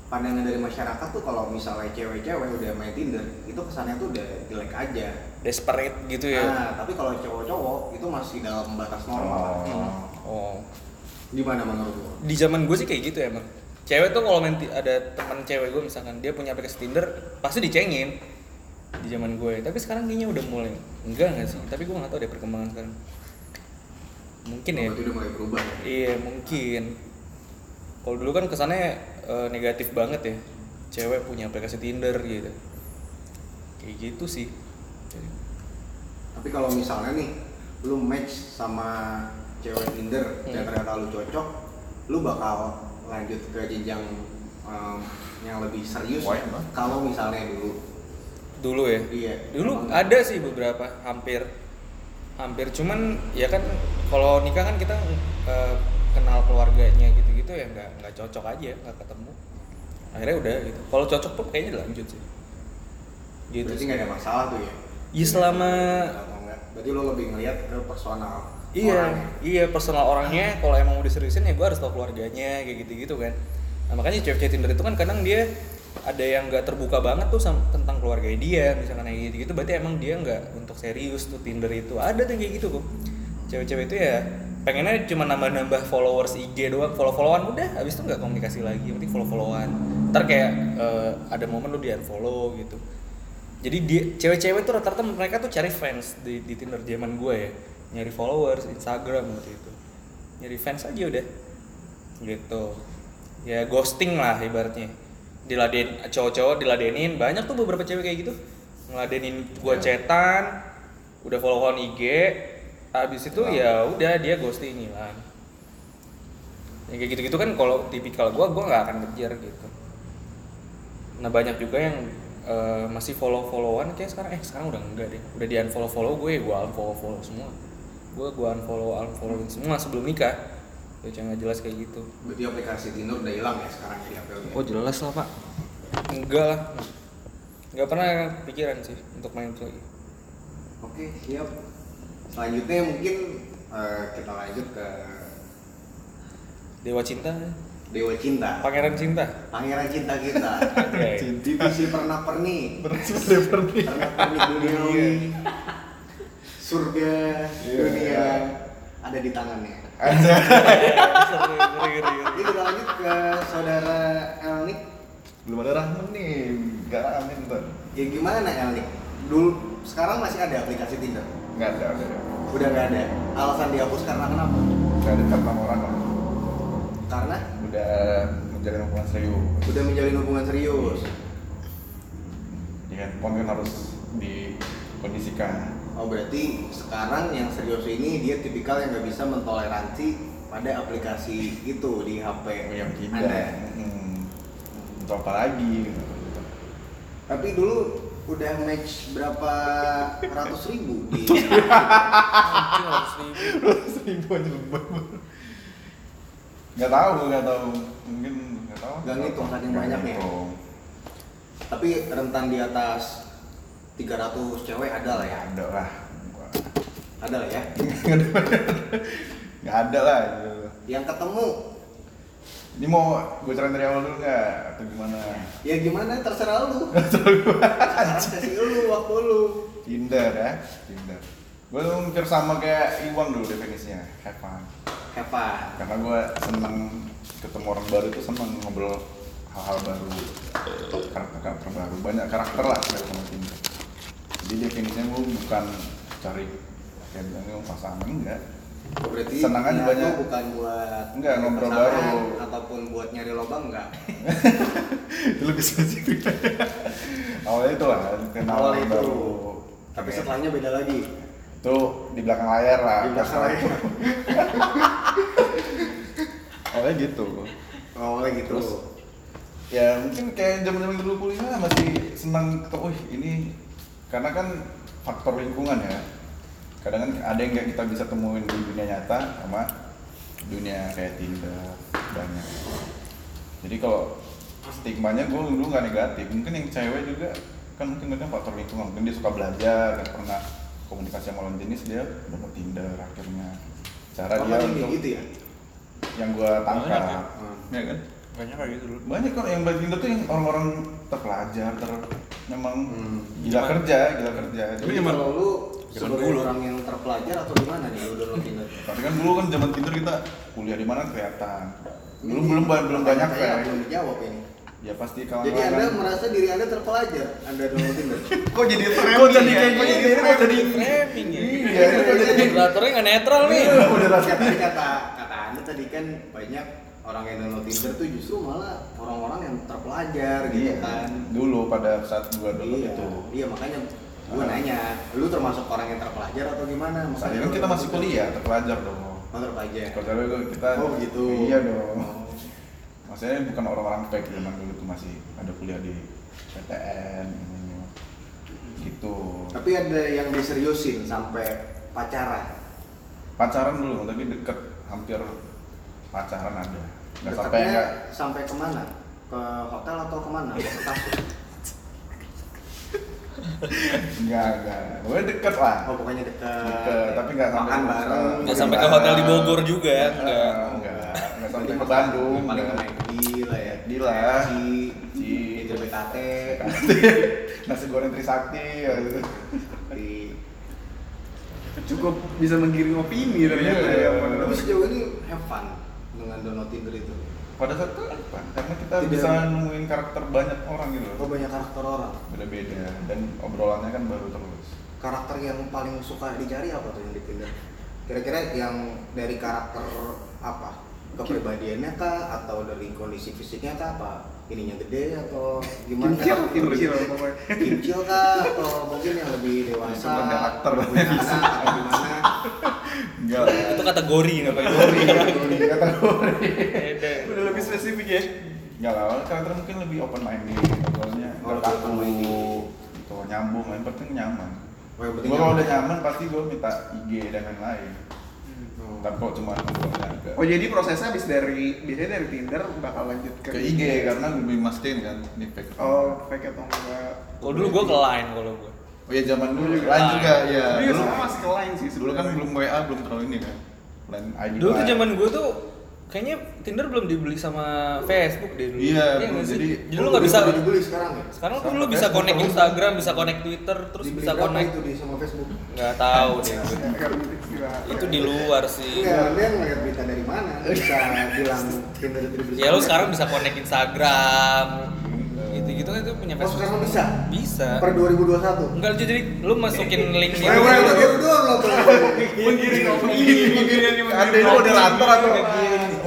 [SPEAKER 1] pandangan dari masyarakat tuh kalau misalnya cewek-cewek udah main Tinder, itu kesannya tuh udah jelek aja.
[SPEAKER 2] desperate gitu ya
[SPEAKER 1] Nah, tapi kalau cowok-cowok itu masih dalam batas normal.
[SPEAKER 2] Hmm. oh
[SPEAKER 1] Gimana menurut lo?
[SPEAKER 2] di zaman gue sih kayak gitu emang cewek tuh kalau main ti- ada teman cewek gue misalkan dia punya aplikasi Tinder pasti dicengin di zaman gue tapi sekarang kayaknya udah mulai enggak nggak sih tapi gue nggak tahu deh perkembangan sekarang mungkin ya
[SPEAKER 1] Berarti udah mulai berubah. ya?
[SPEAKER 2] iya mungkin kalau dulu kan kesannya eh, negatif banget ya cewek punya aplikasi Tinder gitu kayak gitu sih
[SPEAKER 1] Tapi kalau misalnya nih, lu match sama cewek Tinder dan
[SPEAKER 2] Hmm.
[SPEAKER 1] ternyata lu cocok, lu bakal lanjut ke jenjang em, yang lebih serius. ya?
[SPEAKER 3] Why, Bang?
[SPEAKER 1] Kalau misalnya dulu,
[SPEAKER 2] dulu ya
[SPEAKER 1] Iya.
[SPEAKER 2] dulu ada sih beberapa hampir hampir cuman ya kan kalau nikah kan kita eh, kenal keluarganya gitu-gitu ya nggak nggak cocok aja nggak ketemu akhirnya udah gitu kalau cocok pun kayaknya dilanjut sih gitu
[SPEAKER 1] berarti
[SPEAKER 2] sih.
[SPEAKER 1] nggak ada masalah tuh ya?
[SPEAKER 2] Iya, selama-
[SPEAKER 1] Atau enggak. Berarti lu lebih ngelihat ke personal.
[SPEAKER 2] iya
[SPEAKER 1] orang ya?
[SPEAKER 2] iya personal orangnya kalau emang udah seriusin ya gue harus tahu keluarganya kayak gitu gitu kan nah makanya cewek-cewek Tinder itu kan kadang dia ada yang nggak terbuka banget tuh sama, tentang keluarga dia misalkan kayak gitu gitu berarti emang dia nggak untuk serius tuh Tinder itu ada tuh yang kayak gitu kok cewek-cewek itu ya pengennya cuma nambah-nambah followers IG doang follow-followan udah habis itu nggak komunikasi lagi yang penting follow-followan ntar kayak eh, ada momen lu di unfollow gitu jadi dia cewek-cewek tuh rata-rata mereka tuh cari fans di, di Tinder zaman gue ya nyari followers Instagram gitu. waktu itu Gitu. nyari fans aja udah gitu ya ghosting lah ibaratnya diladen cowok-cowok diladenin banyak tuh beberapa cewek kayak gitu ngeladenin gua cetan udah followan IG abis itu ya udah dia ghosting hilang yang kayak gitu-gitu kan kalau tipikal gua gua nggak akan ngejar gitu nah banyak juga yang eh, masih follow followan kayak sekarang eh sekarang udah enggak deh udah di unfollow follow gue gue unfollow follow semua gue gue unfollow unfollowin semua sebelum nikah itu yang nggak jelas kayak gitu
[SPEAKER 1] Berarti aplikasi Tinder udah hilang ya sekarang ya aplikasi.
[SPEAKER 2] oh jelas lah pak enggak lah nggak pernah kepikiran sih untuk main itu lagi
[SPEAKER 1] Oke, siap. Selanjutnya mungkin eh, kita lanjut ke
[SPEAKER 2] dewa cinta
[SPEAKER 1] Dewa Cinta.
[SPEAKER 2] pangeran cinta
[SPEAKER 1] Pangeran cinta kita.
[SPEAKER 2] Oke.
[SPEAKER 1] Divisi pernah perni.
[SPEAKER 3] Berarti
[SPEAKER 1] Pernah perni
[SPEAKER 2] Iya.
[SPEAKER 1] duniawi. Surga dunia ada di tangannya.
[SPEAKER 2] Sorry, sorry, sorry,
[SPEAKER 1] Jadi
[SPEAKER 2] sorry.
[SPEAKER 1] kita lanjut ke saudara Elnik.
[SPEAKER 3] Belum ada Rahman nih, gak amin ntar
[SPEAKER 1] Ya gimana Elnik? Dulu sekarang masih ada aplikasi Tinder.
[SPEAKER 3] Gak ada, udah ada
[SPEAKER 1] Udah nggak ada. Alasan dihapus karena kenapa?
[SPEAKER 3] Gak ada karena orang lah
[SPEAKER 1] Karena
[SPEAKER 3] Udah menjalin hubungan serius
[SPEAKER 1] udah menjalin hubungan serius.
[SPEAKER 3] Di handphone kan harus dikondisikan
[SPEAKER 1] Oh berarti sekarang yang serius ini dia tipikal yang nggak bisa mentoleransi pada aplikasi itu di HP
[SPEAKER 3] Yang kita
[SPEAKER 1] Anda.
[SPEAKER 3] hmm. Untuk apa lagi gitu.
[SPEAKER 1] Tapi dulu udah match berapa ratus ribu di
[SPEAKER 2] Anjing, harus ribut.
[SPEAKER 3] Seribu aja lebih Gak tau, gak tau Mungkin gak tau
[SPEAKER 1] Nggak ngitung, saking banyaknya. tapi rentan di atas 300 cewek ada lah ya.
[SPEAKER 3] Ada lah Gua-
[SPEAKER 1] Ada lah ya.
[SPEAKER 3] Gak ada lah gitu.
[SPEAKER 1] Yang ketemu
[SPEAKER 3] Ini mau gue ceritain dari awal dulu nggak? Atau gimana?
[SPEAKER 1] ya gimana terserah lu. Sekarang sesi lu waktu lu.
[SPEAKER 3] Tinder ya, Tinder. Gue tuh hampir sama kayak Iwan dulu definisinya, have fun.
[SPEAKER 1] Hepa.
[SPEAKER 3] Karena gue seneng ketemu orang baru tuh seneng ngobrol hal-hal baru, karakter-karakter baru, banyak karakter lah dari sama Tinder. Jadi definisinya gue bukan cari kayak bilangnya pasangan enggak,
[SPEAKER 1] Oh, Berarti
[SPEAKER 3] Senang aja
[SPEAKER 1] niat lu
[SPEAKER 3] banyak.
[SPEAKER 1] bukan buat
[SPEAKER 3] Enggak,
[SPEAKER 1] nyari
[SPEAKER 3] ngobrol
[SPEAKER 1] pasangan
[SPEAKER 3] baru.
[SPEAKER 1] ataupun buat nyari lobang enggak.
[SPEAKER 3] Itu lebih spesifik. Awalnya itu lah, kenal
[SPEAKER 1] awal
[SPEAKER 3] orang
[SPEAKER 1] itu
[SPEAKER 3] baru.
[SPEAKER 1] tapi
[SPEAKER 3] Kayak-
[SPEAKER 1] setelahnya beda lagi
[SPEAKER 3] itu di belakang layar lah
[SPEAKER 1] Di belakang layar.
[SPEAKER 3] awalnya gitu
[SPEAKER 1] awalnya gitu
[SPEAKER 3] Terus? ya mungkin kayak zaman zaman dulu kuliah masih senang ketemu "Wih, ini karena kan faktor lingkungan ya kadang kan ada yang nggak kita bisa temuin di dunia nyata sama dunia kayak Tinder banyak jadi kalau stigmanya gue dulu nggak negatif mungkin yang cewek juga kan mungkin kadang faktor lingkungan mungkin dia suka belajar dan pernah komunikasi sama lawan jenis dia dapat Tinder akhirnya cara
[SPEAKER 1] Apa
[SPEAKER 3] dia
[SPEAKER 1] yang kayak
[SPEAKER 3] untuk
[SPEAKER 1] gitu ya
[SPEAKER 3] yang gue tangkap
[SPEAKER 2] Banyak ya?
[SPEAKER 1] Hmm.
[SPEAKER 3] ya kan
[SPEAKER 2] banyak kayak gitu dulu
[SPEAKER 3] banyak kok yang bagi Indo tuh yang orang-orang terpelajar ter memang
[SPEAKER 1] Hmm.
[SPEAKER 3] gila
[SPEAKER 2] Cuman-
[SPEAKER 3] kerja gila kerja
[SPEAKER 1] tapi
[SPEAKER 3] Jadi
[SPEAKER 2] cuman-
[SPEAKER 1] kalau lu
[SPEAKER 2] Zaman
[SPEAKER 1] sebagai
[SPEAKER 2] dulu.
[SPEAKER 1] orang yang terpelajar atau gimana nih lu download Tinder
[SPEAKER 3] tapi kan dulu kan zaman Tinder kita kuliah di mana kelihatan belum
[SPEAKER 1] Iya.
[SPEAKER 3] belum ba- belum banyak
[SPEAKER 1] Saya
[SPEAKER 3] kan
[SPEAKER 1] belum dijawab ini
[SPEAKER 3] ya pasti kawan
[SPEAKER 1] jadi anda merasa diri anda terpelajar anda download Tinder
[SPEAKER 3] kok jadi
[SPEAKER 4] framing Kok jadi ya? kayak Kok jadi gitu? framing?
[SPEAKER 2] jadi framing ya
[SPEAKER 3] iya ini kok jadi
[SPEAKER 2] moderatornya nggak netral nih
[SPEAKER 1] kata kata kata anda tadi kan banyak orang yang download Tinder tuh justru malah orang-orang yang terpelajar gitu
[SPEAKER 3] Iya,
[SPEAKER 1] kan
[SPEAKER 3] dulu pada saat gua dulu
[SPEAKER 1] iya
[SPEAKER 3] itu
[SPEAKER 1] iya makanya gue
[SPEAKER 3] Ah.
[SPEAKER 1] nanya lu termasuk orang yang terpelajar atau gimana
[SPEAKER 3] saat
[SPEAKER 1] makanya
[SPEAKER 3] itu kan kita masih kuliah terpelajar dong
[SPEAKER 1] Oh, terpelajar
[SPEAKER 3] kalau cewek gua- kita
[SPEAKER 1] Oh gitu.
[SPEAKER 3] iya dong maksudnya bukan orang-orang fake zaman dulu tuh masih ada kuliah di PTN ini, ini. gitu
[SPEAKER 1] Tapi ada yang diseriusin sampai pacaran.
[SPEAKER 3] pacaran dulu tapi deket hampir pacaran ada nggak sampai
[SPEAKER 1] Dekatnya
[SPEAKER 3] nggak
[SPEAKER 1] sampai kemana? Ke hotel atau kemana? Ke kasur.
[SPEAKER 3] nggak nggak pokoknya deket lah
[SPEAKER 1] Oh bukannya dekat.
[SPEAKER 3] deket tapi nggak sampai
[SPEAKER 1] makan bareng.
[SPEAKER 2] Nggak sampai ke hotel di Bogor juga, ya,
[SPEAKER 3] Nggak,
[SPEAKER 2] nggak.
[SPEAKER 3] nggak nggak
[SPEAKER 1] Tapi
[SPEAKER 3] sampai ke
[SPEAKER 1] makan.
[SPEAKER 3] Bandung
[SPEAKER 1] Paling ke
[SPEAKER 3] nggak.
[SPEAKER 1] McD lah ya.
[SPEAKER 3] McD lah.
[SPEAKER 1] Ci,
[SPEAKER 3] Ci.
[SPEAKER 1] Injil BKT.
[SPEAKER 3] nasi goreng Trisakti ya gitu.
[SPEAKER 1] Di-
[SPEAKER 4] cukup bisa menggiring opini ternyata
[SPEAKER 3] Iya.
[SPEAKER 4] ya
[SPEAKER 1] Tapi
[SPEAKER 4] teman-teman.
[SPEAKER 1] sejauh ini have fun dengan download Tinder itu.
[SPEAKER 3] pada saat itu apa karena kita
[SPEAKER 1] Tidak.
[SPEAKER 3] bisa nemuin karakter banyak orang gitu
[SPEAKER 1] Oh banyak karakter orang.
[SPEAKER 3] beda-beda dan obrolannya kan baru terus
[SPEAKER 1] Karakter yang paling suka dicari apa tuh yang di Tinder? Kira-kira yang dari karakter apa? kepribadiannya kah atau dari kondisi fisiknya kah apa ininya gede atau gimana
[SPEAKER 4] Kincil, kincil pokoknya.
[SPEAKER 1] kincil kah atau mungkin yang lebih dewasa
[SPEAKER 3] Itu ada aktor.
[SPEAKER 1] lebih anak atau gimana
[SPEAKER 3] Enggak.
[SPEAKER 2] Itu kategori nggak pakai gori.
[SPEAKER 3] Kata gue.
[SPEAKER 4] Udah lebih spesifik ya.
[SPEAKER 3] Enggak lah, awalnya karakter mungkin lebih gitu, open minded, awalnya
[SPEAKER 1] Oh,
[SPEAKER 3] nggak
[SPEAKER 1] lebih open
[SPEAKER 3] kaku,
[SPEAKER 1] minded.
[SPEAKER 3] gitu, nyambung, yang penting nyaman.
[SPEAKER 1] Oh, yang penting
[SPEAKER 3] Gue kalau
[SPEAKER 1] nyaman.
[SPEAKER 3] udah nyaman pasti gue minta IG dan lain-lain. Tapi kok cuma ngobrolnya agak
[SPEAKER 4] Oh jadi prosesnya habis dari biasanya dari Tinder bakal lanjut ke, ya?
[SPEAKER 3] ke IG karena gue belum mastiin kan di fake.
[SPEAKER 4] iya. Oh, fake atau enggak?
[SPEAKER 2] Kalau Oh, dulu gue ke line kalau gue.
[SPEAKER 3] Oh iya zaman dulu juga.
[SPEAKER 2] Lain
[SPEAKER 3] Lain juga ya.
[SPEAKER 4] Iya,
[SPEAKER 3] Dulu,
[SPEAKER 4] sama masih ke lain sih
[SPEAKER 3] dulu kan
[SPEAKER 4] sebenarnya.
[SPEAKER 3] belum WA belum terlalu ini kan. Lain ID.
[SPEAKER 2] Dulu tuh
[SPEAKER 3] Line.
[SPEAKER 2] zaman gue tuh kayaknya Tinder belum dibeli sama Facebook deh dulu.
[SPEAKER 3] Iya,
[SPEAKER 2] nggak sih?
[SPEAKER 3] jadi-
[SPEAKER 2] jadi lu nggak bisa.
[SPEAKER 1] Udah dibeli sekarang ya
[SPEAKER 2] Sekarang tuh
[SPEAKER 3] Sama
[SPEAKER 2] lu bisa
[SPEAKER 3] Facebook
[SPEAKER 2] connect
[SPEAKER 3] terus.
[SPEAKER 2] Instagram, bisa connect Twitter, terus
[SPEAKER 1] Dibeli
[SPEAKER 2] bisa
[SPEAKER 1] berapa
[SPEAKER 2] connect. Iya.
[SPEAKER 1] itu di sama Facebook
[SPEAKER 2] Nggak tahu deh. gua.
[SPEAKER 4] Enggak penting Ya, sih lah.
[SPEAKER 2] Itu di luar sih.
[SPEAKER 1] Enggak, dia ngeliat berita dari mana bisa bilang Tinder itu dibeli
[SPEAKER 2] Ya lu
[SPEAKER 1] sama
[SPEAKER 2] sekarang
[SPEAKER 1] Facebook.
[SPEAKER 2] bisa connect Instagram. Gitu-gitu kan itu punya
[SPEAKER 1] Oh, sekarang bisa?
[SPEAKER 2] Bisa.
[SPEAKER 1] per 2021
[SPEAKER 2] Enggak jadi lu masukin link
[SPEAKER 1] Wah, wah, lu
[SPEAKER 2] gitu.
[SPEAKER 1] gitu doang lo
[SPEAKER 4] Menggiring, menggiring, menggiring,
[SPEAKER 3] Ada ini moderator atau apa?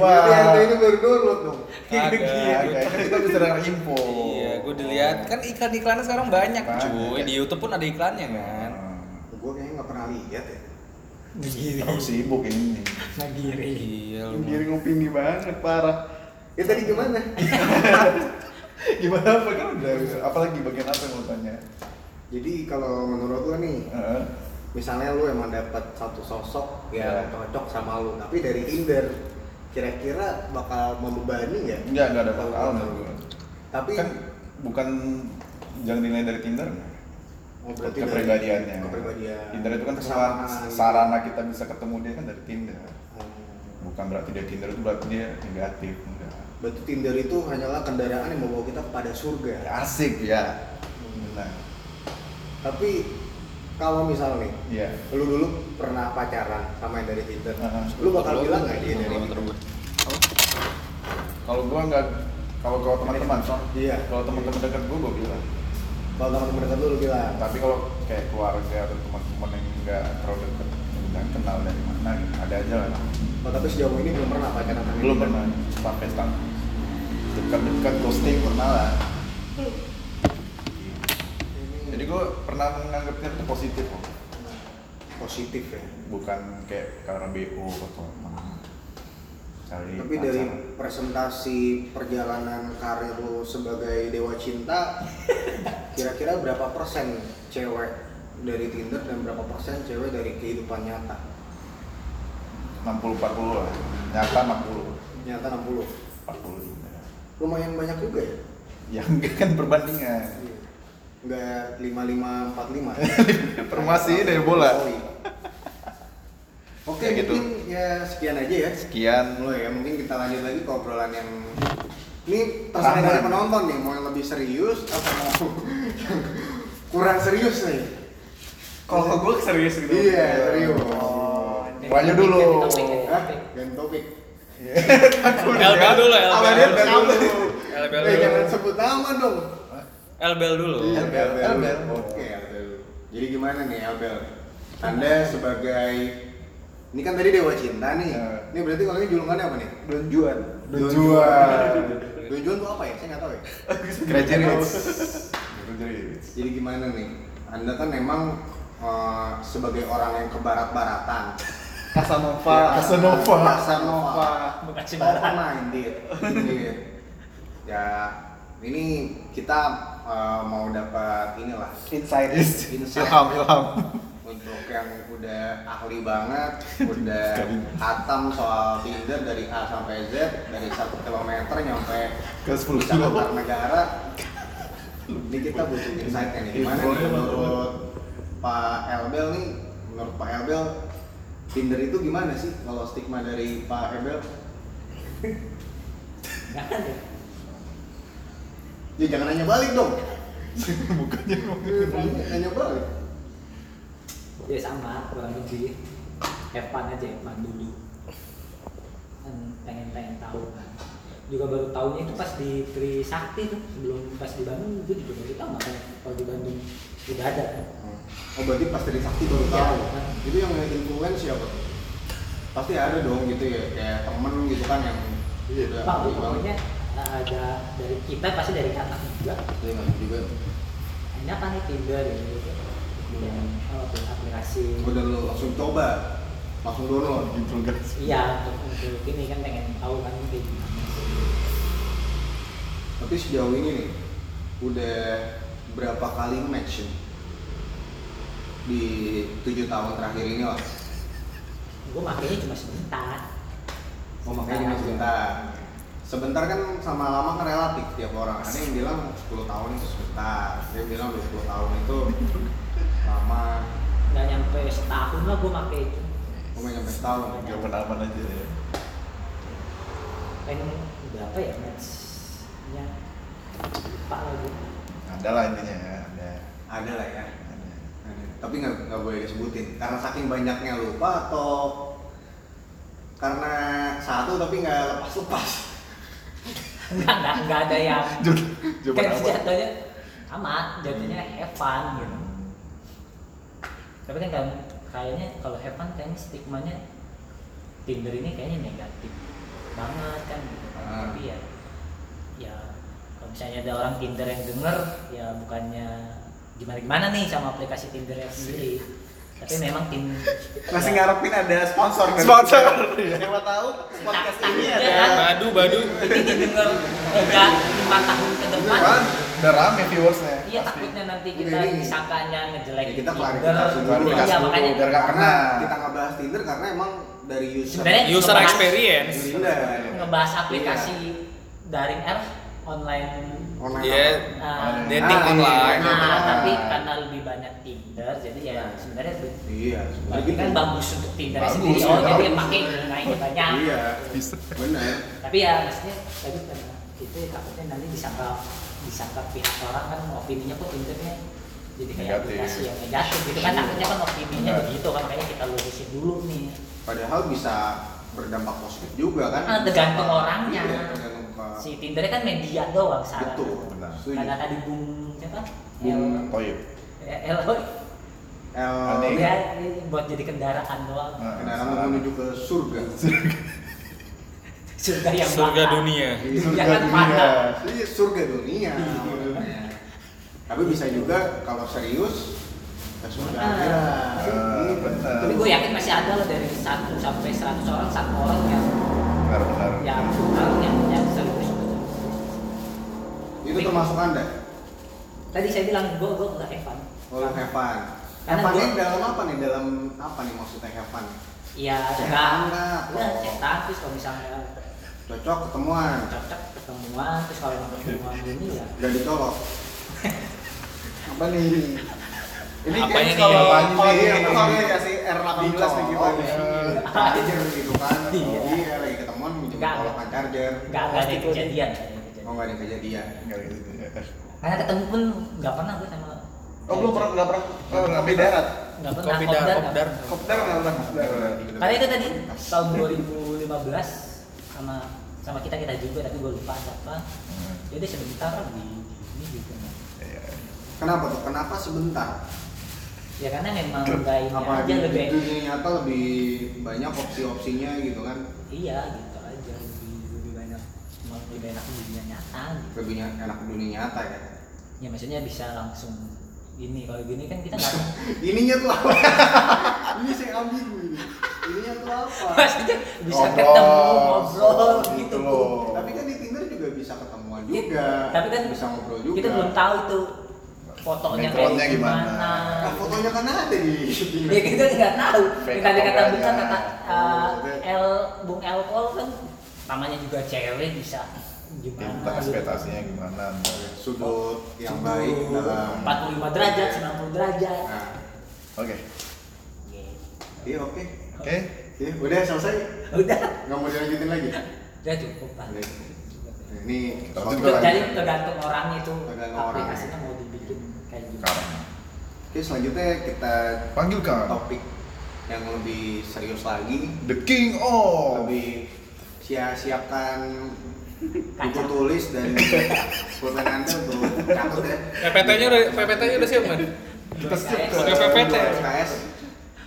[SPEAKER 1] Wah,
[SPEAKER 3] Wah.
[SPEAKER 1] itu baru download dong.
[SPEAKER 3] Iya,
[SPEAKER 2] Kagak.
[SPEAKER 3] kan kita bisa dapat info.
[SPEAKER 2] Iya, gue dilihat kan iklan-iklannya sekarang banyak,
[SPEAKER 3] Banyak,
[SPEAKER 2] cuy.
[SPEAKER 3] ya.
[SPEAKER 2] Di YouTube pun ada iklannya kan.
[SPEAKER 3] Hmm.
[SPEAKER 1] Gue kayaknya nggak pernah lihat ya.
[SPEAKER 5] Begiri.
[SPEAKER 3] Terlalu sibuk ini.
[SPEAKER 5] Begiri.
[SPEAKER 2] Iya, lu.
[SPEAKER 4] Menggiring opini banget parah.
[SPEAKER 1] Ya tadi gimana?
[SPEAKER 3] Gimana apa kan udah apalagi bagian apa yang mau tanya?
[SPEAKER 1] Jadi kalau menurut lo nih,
[SPEAKER 3] Heeh.
[SPEAKER 1] misalnya lu emang dapat satu sosok yang
[SPEAKER 3] Iya.
[SPEAKER 1] cocok sama lu, tapi dari Tinder, kira-kira bakal membebani nggak?
[SPEAKER 3] Enggak, enggak ada bakal menurut gue.
[SPEAKER 1] Tapi
[SPEAKER 3] Kan bukan jangan dinilai dari Tinder.
[SPEAKER 1] oh, berarti dari
[SPEAKER 3] Kepribadiannya.
[SPEAKER 1] Kepribadian.
[SPEAKER 3] Tinder itu kan
[SPEAKER 1] Kesamaan.
[SPEAKER 3] sarana, sarana kita bisa ketemu dia kan dari Tinder.
[SPEAKER 1] Hmm.
[SPEAKER 3] Bukan berarti dia Tinder itu berarti dia negatif, enggak.
[SPEAKER 1] Berarti Tinder itu hanyalah kendaraan yang membawa kita kepada surga.
[SPEAKER 3] Ya, Asik ya.
[SPEAKER 1] Hmm.
[SPEAKER 3] Benar.
[SPEAKER 1] Tapi kalau misalnya nih,
[SPEAKER 3] Iya.
[SPEAKER 1] lu dulu pernah pacaran sama yang dari Tinder,
[SPEAKER 3] Heeh.
[SPEAKER 1] lu bakal bilang nggak dia dari
[SPEAKER 2] Kilometer gua.
[SPEAKER 3] Kalau gua enggak kalau kalau teman-teman, Son.
[SPEAKER 1] Iya.
[SPEAKER 3] Kalau teman-teman dekat gua gua bilang.
[SPEAKER 1] Kalau teman-teman dekat lu, lu bilang.
[SPEAKER 3] tapi kalau kayak keluarga atau teman-teman yang nggak terlalu dekat dan kenal dari mana gitu ada aja lah
[SPEAKER 1] Oh, tapi sejauh ini belum pernah pacaran sama
[SPEAKER 3] belum
[SPEAKER 1] Tinder.
[SPEAKER 3] pernah sampai stang dekat-dekat ghosting pernah lah
[SPEAKER 1] Ini
[SPEAKER 3] jadi gue pernah menganggapnya itu positif kok
[SPEAKER 1] positif ya.
[SPEAKER 3] bukan kayak karena bo atau apa cari
[SPEAKER 1] Tapi dari
[SPEAKER 3] pacar.
[SPEAKER 1] presentasi perjalanan karir lu sebagai dewa cinta, kira-kira berapa persen cewek dari Tinder dan berapa persen cewek dari kehidupan nyata?
[SPEAKER 3] 60 40 lah nyata 60
[SPEAKER 1] Nyata 60.
[SPEAKER 3] 40 juga
[SPEAKER 1] Lumayan banyak juga ya?
[SPEAKER 3] ya enggak kan perbandingan
[SPEAKER 1] Enggak 5545.
[SPEAKER 3] Formasi dari bola.
[SPEAKER 1] Oke,
[SPEAKER 3] Ya gitu.
[SPEAKER 1] mungkin ya sekian aja ya.
[SPEAKER 3] sekian
[SPEAKER 1] Lo ya, mungkin kita lanjut lagi ke obrolan yang ini terserah
[SPEAKER 3] Tangan.
[SPEAKER 1] dari penonton nih, mau yang lebih serius atau mau yang kurang serius nih.
[SPEAKER 4] Kalau gue serius Oh, gitu.
[SPEAKER 1] Iya, serius.
[SPEAKER 3] Wahyu dulu.
[SPEAKER 5] Ganti topik, ganti
[SPEAKER 1] Hah? Ganti
[SPEAKER 5] topik.
[SPEAKER 1] topik.
[SPEAKER 2] LBL dulu,
[SPEAKER 4] Apa
[SPEAKER 2] LBL
[SPEAKER 4] dia
[SPEAKER 2] dulu.
[SPEAKER 4] tahu?
[SPEAKER 2] LBL
[SPEAKER 1] Eh,
[SPEAKER 2] dulu.
[SPEAKER 1] jangan sebut nama dong.
[SPEAKER 2] LBL dulu.
[SPEAKER 1] Iya,
[SPEAKER 3] Elbel, Elbel.
[SPEAKER 1] Oke, Elbel. Jadi gimana nih Elbel? Anda sebagai ini kan tadi Dewa Cinta nih.
[SPEAKER 3] Ya.
[SPEAKER 1] Ini berarti kalau ini julungannya apa nih?
[SPEAKER 4] Donjuan.
[SPEAKER 1] Donjuan. Donjuan tuh apa ya? Saya nggak tahu ya.
[SPEAKER 3] graduate graduate
[SPEAKER 1] Jadi gimana nih? Anda kan memang eh, sebagai orang yang kebarat-baratan. Ya,
[SPEAKER 4] Casanova.
[SPEAKER 3] Iya, Casanova.
[SPEAKER 1] Casanova.
[SPEAKER 5] Bekasi Barat.
[SPEAKER 1] Open-minded. Iya. ya, ini kita eh, mau dapat inilah
[SPEAKER 4] Inside.
[SPEAKER 1] Insight.
[SPEAKER 3] ilham ilham
[SPEAKER 1] untuk yang udah ahli banget, udah
[SPEAKER 3] Sekali.
[SPEAKER 1] hatam soal Tinder dari A sampai Z, dari 1 km nyampe
[SPEAKER 3] ke 10
[SPEAKER 1] bisa
[SPEAKER 3] kilo
[SPEAKER 1] antar negara. Ini kita butuh insight-nya nih. Gimana nih menurut Pak Elbel nih? Menurut Pak Elbel, Tinder itu gimana sih kalau stigma dari Pak Elbel?
[SPEAKER 5] Jangan deh.
[SPEAKER 1] Ya jangan nanya balik dong.
[SPEAKER 3] bukannya
[SPEAKER 1] Nanya nanya balik.
[SPEAKER 5] Ya sama, kurang lebih. Have fun aja, have fun dulu. Kan Pengen-pengen tahu kan. Juga baru tahunya itu pas di Trisakti tuh, sebelum pas di Bandung gue juga baru tahu makanya kalau di Bandung udah ada kan.
[SPEAKER 1] Oh berarti pas dari Sakti baru
[SPEAKER 5] Iya.
[SPEAKER 1] tahu. Itu yang influence siapa? pasti ada dong gitu ya kayak temen gitu kan yang udah
[SPEAKER 5] Bang,
[SPEAKER 1] ini banget.
[SPEAKER 5] pokoknya eh, ada dari kita pasti dari kata juga.
[SPEAKER 1] Iya, nggak juga
[SPEAKER 5] Ini apa nih Tinder gitu. Ya, oh, aplikasi.
[SPEAKER 1] udah lu langsung coba langsung download
[SPEAKER 3] gitu guys
[SPEAKER 5] Iya, untuk, untuk ini kan pengen tahu kan kayak gimana sih.
[SPEAKER 1] tapi sejauh ini nih udah berapa kali match nih? di tujuh tahun terakhir ini lah
[SPEAKER 5] Gue makainya cuma sebentar.
[SPEAKER 1] mau Oh, makanya cuma sebentar sebentar kan sama lama kan relatif tiap orang ada yang bilang 10 tahun itu sebentar ada yang bilang 20 tahun itu lama
[SPEAKER 5] Gak nyampe setahun lah gue pakai itu.
[SPEAKER 1] mau main sampai setahun
[SPEAKER 3] jawaban aman aja ya
[SPEAKER 5] Pengen berapa ya matchnya? Lupa lah gue.
[SPEAKER 3] ada lah intinya ya ada
[SPEAKER 1] ada lah ya
[SPEAKER 3] ada
[SPEAKER 1] ada. tapi nggak nggak boleh disebutin karena saking banyaknya lupa atau karena satu tapi nggak lepas lepas
[SPEAKER 5] Enggak, enggak, enggak ada yang
[SPEAKER 3] Jod- jawaban
[SPEAKER 5] kayak
[SPEAKER 3] aman
[SPEAKER 5] jatuhnya sama, jatuhnya have fun gitu. Tapi kan kan- kayaknya kalau have fun kayaknya stigmanya Tinder ini kayaknya negatif banget kan gitu. kan.
[SPEAKER 1] Ah.
[SPEAKER 5] Tapi ya ya kalau misalnya ada orang Tinder yang denger ya bukannya gimana-gimana nih sama aplikasi Tinder yang sendiri. Tapi memang tim Ya.
[SPEAKER 4] Masih ngarepin ada sponsor kan?
[SPEAKER 3] Sponsor.
[SPEAKER 4] Siapa tahu podcast ini
[SPEAKER 5] Iya,
[SPEAKER 4] ada
[SPEAKER 5] kan?
[SPEAKER 2] Badu, badu.
[SPEAKER 5] ini didengar tiga eh, lima tahun ke depan.
[SPEAKER 3] kan udah rame viewersnya
[SPEAKER 5] Iya
[SPEAKER 3] pasti.
[SPEAKER 5] takutnya nanti
[SPEAKER 1] Udah
[SPEAKER 5] kita
[SPEAKER 1] ini.
[SPEAKER 5] disangkanya ngejelekin
[SPEAKER 1] Ya, kita klarifikasi
[SPEAKER 5] Tinder.
[SPEAKER 1] dulu,
[SPEAKER 5] Iya
[SPEAKER 3] klarifikasi
[SPEAKER 5] makanya.
[SPEAKER 3] dulu, biar nggak-
[SPEAKER 1] karena
[SPEAKER 3] Karena-
[SPEAKER 1] kita nggak bahas Tinder karena emang dari user
[SPEAKER 5] Sebenarnya
[SPEAKER 2] User
[SPEAKER 5] ngebahas-
[SPEAKER 2] experience.
[SPEAKER 1] Tinder Iya.
[SPEAKER 5] ngebahas aplikasi daring R online.
[SPEAKER 1] online
[SPEAKER 2] Iya.
[SPEAKER 1] apa?
[SPEAKER 5] uh,
[SPEAKER 2] Dating online.
[SPEAKER 5] Nah,
[SPEAKER 1] Ah.
[SPEAKER 5] tapi karena lebih banyak Tinder, jadi ya sebenarnya be-
[SPEAKER 1] iya sebenarnya
[SPEAKER 5] berarti
[SPEAKER 1] gitu.
[SPEAKER 5] kan bagus untuk Tinder
[SPEAKER 3] Bagus,
[SPEAKER 5] sendiri. Oh,
[SPEAKER 3] ya,
[SPEAKER 5] jadi
[SPEAKER 3] bagus.
[SPEAKER 5] pakai nilainya banyak.
[SPEAKER 1] iya
[SPEAKER 3] Bisa.
[SPEAKER 1] benar
[SPEAKER 5] Tapi ya maksudnya tadi karena itu takutnya nanti disangka disangka pihak orang kan opininya kok Tindernya jadi kayak
[SPEAKER 3] Negatif.
[SPEAKER 5] aplikasi yang negatif gitu kan takutnya kan opininya
[SPEAKER 3] Benar.
[SPEAKER 5] begitu kan makanya kita lurusin dulu nih.
[SPEAKER 1] padahal bisa berdampak positif juga kan
[SPEAKER 5] Ah, tergantung orangnya.
[SPEAKER 1] iya, tergantung ke-
[SPEAKER 5] Si Tindernya kan media doang saran.
[SPEAKER 1] betul
[SPEAKER 3] Benar.
[SPEAKER 1] setuju
[SPEAKER 5] Karena tadi Bung siapa?
[SPEAKER 1] Bung-
[SPEAKER 3] toyib
[SPEAKER 5] El, El-
[SPEAKER 1] El-
[SPEAKER 3] Aneh.
[SPEAKER 5] dia ini buat jadi kendaraan doang.
[SPEAKER 3] Nah,
[SPEAKER 1] kendaraan
[SPEAKER 3] saran.
[SPEAKER 1] menuju ke surga
[SPEAKER 5] Surga yang
[SPEAKER 2] Surga
[SPEAKER 5] bakal.
[SPEAKER 2] dunia.
[SPEAKER 1] Iya.
[SPEAKER 5] Surga
[SPEAKER 3] Surga dunia.
[SPEAKER 5] patah.
[SPEAKER 1] Iya, surga dunia maksudnya. tapi bisa juga kalau serius ya surga
[SPEAKER 5] Ah.
[SPEAKER 1] akhirat.
[SPEAKER 3] Ah,
[SPEAKER 1] Iya.
[SPEAKER 3] benar.
[SPEAKER 5] Tapi gue yakin masih ada loh dari 1 sampai 100 orang satu orang yang
[SPEAKER 3] benar-benar
[SPEAKER 5] yang orang yang yang serius.
[SPEAKER 1] itu termasuk anda
[SPEAKER 5] Tadi saya bilang gue gue nggak Evan.
[SPEAKER 1] Orang Heaven
[SPEAKER 5] Karena
[SPEAKER 1] Heaven
[SPEAKER 5] gua-
[SPEAKER 1] dalam apa nih? Dalam apa nih maksudnya Heaven?
[SPEAKER 5] Iya,
[SPEAKER 1] Sehat enggak?
[SPEAKER 5] enggak. Enggak, cetak terus kalau misalnya
[SPEAKER 1] Cocok ketemuan
[SPEAKER 5] cocok ketemuan terus kalau emang ketemuan ini ya
[SPEAKER 1] Gak ditolak Apa nih?
[SPEAKER 4] Ini
[SPEAKER 2] Apanya
[SPEAKER 4] kayaknya
[SPEAKER 2] nih?
[SPEAKER 4] kalau
[SPEAKER 3] Apanya
[SPEAKER 4] kalau
[SPEAKER 3] nih?
[SPEAKER 4] ini kalau dia kasih R18 nih
[SPEAKER 1] Ditolak,
[SPEAKER 4] kita nih.
[SPEAKER 1] iya. Charger gitu kan
[SPEAKER 5] Iya.
[SPEAKER 1] Iya, lagi ketemuan minjem
[SPEAKER 5] Enggak.
[SPEAKER 1] tolakan charger
[SPEAKER 5] nggak nggak ada kejadian. nggak ada kejadian.
[SPEAKER 1] Oh nggak ada kejadian
[SPEAKER 3] Nggak gitu ya.
[SPEAKER 5] Karena ketemu pun nggak pernah gue sama.
[SPEAKER 3] oh belum pernah nggak pernah eh, nggak
[SPEAKER 4] Kopi
[SPEAKER 3] beda
[SPEAKER 4] darat.
[SPEAKER 5] Nggak pernah.
[SPEAKER 2] Kopi
[SPEAKER 5] kopdar
[SPEAKER 2] dar,
[SPEAKER 5] nggak
[SPEAKER 2] kopdar.
[SPEAKER 5] pernah.
[SPEAKER 4] Kopdar nggak pernah kopdar.
[SPEAKER 5] Karena itu tadi tahun 2015 sama sama kita kita juga tapi gue lupa siapa.
[SPEAKER 3] Hmm.
[SPEAKER 5] Jadi sebentar di ini gitu.
[SPEAKER 3] Iya.
[SPEAKER 1] Kenapa tuh? Kenapa sebentar?
[SPEAKER 5] Ya karena memang nggak ini
[SPEAKER 1] Apa gitu.
[SPEAKER 5] aja
[SPEAKER 1] di
[SPEAKER 5] Iya, lebih
[SPEAKER 1] dunia nyata lebih banyak opsi-opsinya gitu kan?
[SPEAKER 5] iya gitu aja lebih lebih banyak malah lebih enak di dunia nyata. Gitu.
[SPEAKER 1] Lebih ny- enak di dunia nyata ya
[SPEAKER 5] Ya maksudnya bisa langsung ini kalau gini kan kita nggak
[SPEAKER 1] Ininya tuh apa? Ini saya ambigu ini Ininya tuh apa?
[SPEAKER 5] maksudnya bisa ketemu ngobrol gitu.
[SPEAKER 3] loh
[SPEAKER 1] Tapi kan di Tinder juga bisa ketemuan juga.
[SPEAKER 5] Tapi kan
[SPEAKER 1] bisa ngobrol juga.
[SPEAKER 5] Kita belum tahu tuh fotonya
[SPEAKER 3] Backgroundnya
[SPEAKER 5] kayak
[SPEAKER 3] gimana.
[SPEAKER 5] gimana.
[SPEAKER 1] Nah, fotonya kan ada di Tinder.
[SPEAKER 5] ya kita nggak tahu
[SPEAKER 3] Fake
[SPEAKER 5] kita ada kata
[SPEAKER 3] atau
[SPEAKER 5] bukan
[SPEAKER 3] enggaknya.
[SPEAKER 5] kata uh,
[SPEAKER 1] Oh,
[SPEAKER 5] L Bung L Pol kan namanya juga cewek bisa
[SPEAKER 3] kita
[SPEAKER 5] gimana gitu.
[SPEAKER 3] ekspektasinya gimana ntar.
[SPEAKER 1] Sudut yang baik nah. dalam.
[SPEAKER 5] 45 derajat 90 derajat
[SPEAKER 1] Nah,
[SPEAKER 3] oke
[SPEAKER 1] iya oke.
[SPEAKER 3] oke
[SPEAKER 1] Iya, udah selesai.
[SPEAKER 5] udah
[SPEAKER 1] Nggak mau dilanjutin lagi.
[SPEAKER 5] udah cukup lah
[SPEAKER 1] Udah. Ini
[SPEAKER 3] Kita
[SPEAKER 1] soal-
[SPEAKER 3] lanjut
[SPEAKER 5] Udah,
[SPEAKER 3] lagi.
[SPEAKER 5] jadi tergantung orangnya itu
[SPEAKER 1] Tergantung orangnya.
[SPEAKER 5] aplikasinya mau dibikin kayak gimana
[SPEAKER 3] sekarang
[SPEAKER 1] Oke, selanjutnya kita
[SPEAKER 3] panggilkan
[SPEAKER 1] topik yang lebih serius lagi,
[SPEAKER 3] the king of
[SPEAKER 1] lebih sia siapkan buku
[SPEAKER 5] Kaca.
[SPEAKER 1] tulis dan pulpen Anda untuk catat ya.
[SPEAKER 2] PPT-nya udah PPT-nya udah siap, Man?
[SPEAKER 3] kita skip
[SPEAKER 5] Oke,
[SPEAKER 3] ke
[SPEAKER 2] PPT.
[SPEAKER 1] Dua SKS.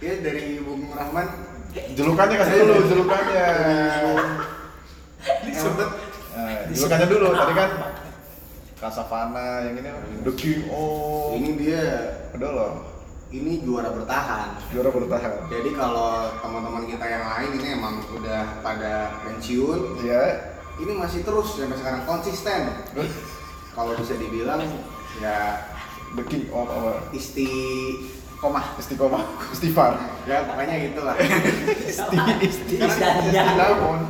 [SPEAKER 1] Iya dari ya Bung Rahman
[SPEAKER 3] Julukannya kasih dulu, julukannya.
[SPEAKER 1] Disebut.
[SPEAKER 3] Eh, julukannya dulu, tadi kan Kasavana yang ini The King of
[SPEAKER 1] Ini dia
[SPEAKER 3] Udah loh,
[SPEAKER 1] ini juara bertahan.
[SPEAKER 3] juara bertahan
[SPEAKER 1] Jadi kalau teman-teman kita yang lain ini emang udah pada pensiun,
[SPEAKER 3] Iya,
[SPEAKER 1] ini masih terus sampai sekarang konsisten. Kalau bisa dibilang ya
[SPEAKER 3] The King of apa?
[SPEAKER 1] isti komah.
[SPEAKER 3] Istiqomah, istighfar
[SPEAKER 1] Ya pokoknya gitulah.
[SPEAKER 5] Isti, isti,
[SPEAKER 3] Ya. Istiqomah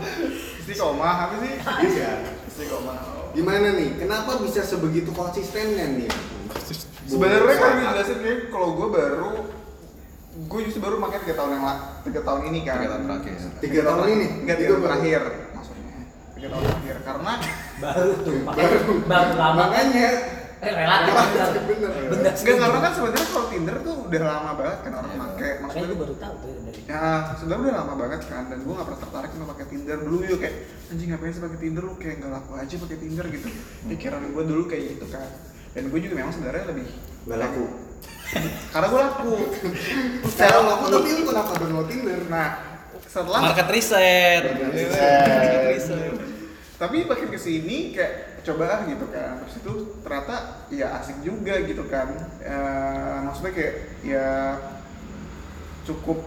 [SPEAKER 4] Istiqomah apa sih?
[SPEAKER 1] Iya.
[SPEAKER 4] Istiqomah.
[SPEAKER 1] Gimana nih? Kenapa bisa sebegitu konsistennya nih?
[SPEAKER 4] Sebenarnya kalau dijelasin kayak kalau gue baru gue justru baru makai tiga tahun yang la- tiga tahun ini kan.
[SPEAKER 3] Tiga tahun terakhir.
[SPEAKER 1] Tiga tahun ini? Tiga
[SPEAKER 4] Enggak tiga tahun
[SPEAKER 1] baru.
[SPEAKER 4] terakhir maksudnya. Tiga tahun terakhir karena
[SPEAKER 5] baru tuh makanya baru lama kan
[SPEAKER 1] Makanya
[SPEAKER 5] eh, relatif benar
[SPEAKER 1] Iya, Bener.
[SPEAKER 5] benar
[SPEAKER 4] enggak
[SPEAKER 5] setuju.
[SPEAKER 4] karena kan sebenarnya kalau Tinder tuh udah lama banget kan orang
[SPEAKER 3] Iya.
[SPEAKER 4] pakai
[SPEAKER 5] makanya
[SPEAKER 4] maksudnya
[SPEAKER 5] gue baru tahu tuh dari
[SPEAKER 4] Ya, sebenarnya udah lama banget kan dan gue gak pernah tertarik sama pakai Tinder dulu yuk kayak anjing ngapain sih pakai Tinder lu kayak nggak laku aja pakai Tinder gitu.
[SPEAKER 1] Hmm.
[SPEAKER 4] Pikiran gue dulu kayak gitu kan. Dan gue juga memang sebenarnya lebih
[SPEAKER 1] Gak laku.
[SPEAKER 4] karena gue laku.
[SPEAKER 1] Secara laku tapi lu kenapa download Tinder?
[SPEAKER 4] Nah, setelah
[SPEAKER 2] Market riset.
[SPEAKER 3] Iya. Market
[SPEAKER 2] riset.
[SPEAKER 4] tapi makin kesini kayak coba ah gitu kan terus itu ternyata ya asik juga gitu kan Eh, maksudnya kayak ya cukup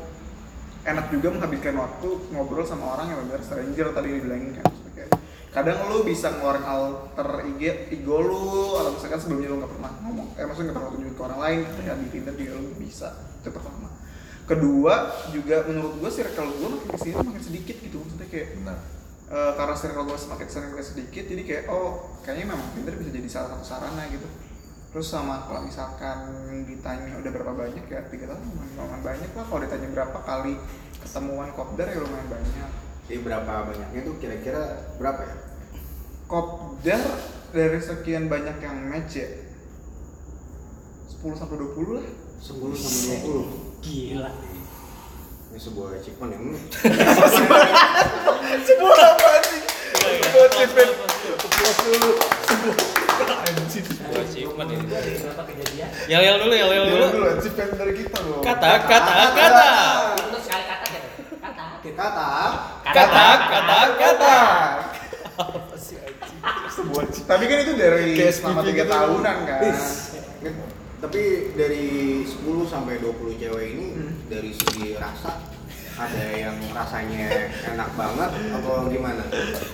[SPEAKER 4] enak juga menghabiskan waktu ngobrol sama orang yang benar stranger tadi dibilangin kan Maksudnya kayak, kadang lu bisa ngeluarin alter IG ego lu atau misalkan sebelumnya lu nggak pernah ngomong eh maksudnya nggak pernah tunjukin ke orang lain ketika di Tinder juga lu bisa itu pertama kedua juga menurut gua circle gua makin kesini tuh makin sedikit gitu maksudnya kayak
[SPEAKER 3] Benar
[SPEAKER 4] Eh, karena circle gue semakin sering gue sedikit jadi kayak oh kayaknya memang Tinder bisa jadi salah satu sarana gitu terus sama kalau misalkan ditanya udah berapa banyak ya tiga tahun lumayan, lumayan banyak lah kalau ditanya berapa kali ketemuan kopdar ya lumayan banyak
[SPEAKER 1] Jadi berapa banyaknya tuh kira-kira berapa ya?
[SPEAKER 4] kopdar dari sekian banyak yang match ya 10 sampai 20 lah
[SPEAKER 1] 10 sampai 20.
[SPEAKER 5] gila
[SPEAKER 1] Ini sebuah achievement yang
[SPEAKER 4] sebuah apa sih? Sebuah tipe
[SPEAKER 2] Achievement ini.
[SPEAKER 5] Gua ada beberapa kejadian
[SPEAKER 2] Yel yel dulu, yel yel dulu.
[SPEAKER 3] Dulu dulu, achievement dari kita loh
[SPEAKER 2] Kata, kata, kata.
[SPEAKER 5] Lu sekali kata gitu kata gitu
[SPEAKER 1] kata
[SPEAKER 2] Kata, kata, kata.
[SPEAKER 4] tapi kan itu dari
[SPEAKER 3] Kayak
[SPEAKER 4] selama
[SPEAKER 3] speaking
[SPEAKER 4] tiga
[SPEAKER 3] gitu.
[SPEAKER 4] tahunan kan
[SPEAKER 1] tapi dari 10 sampai 20 cewek ini
[SPEAKER 4] Hmm.
[SPEAKER 1] dari segi rasa ada yang rasanya enak banget atau gimana?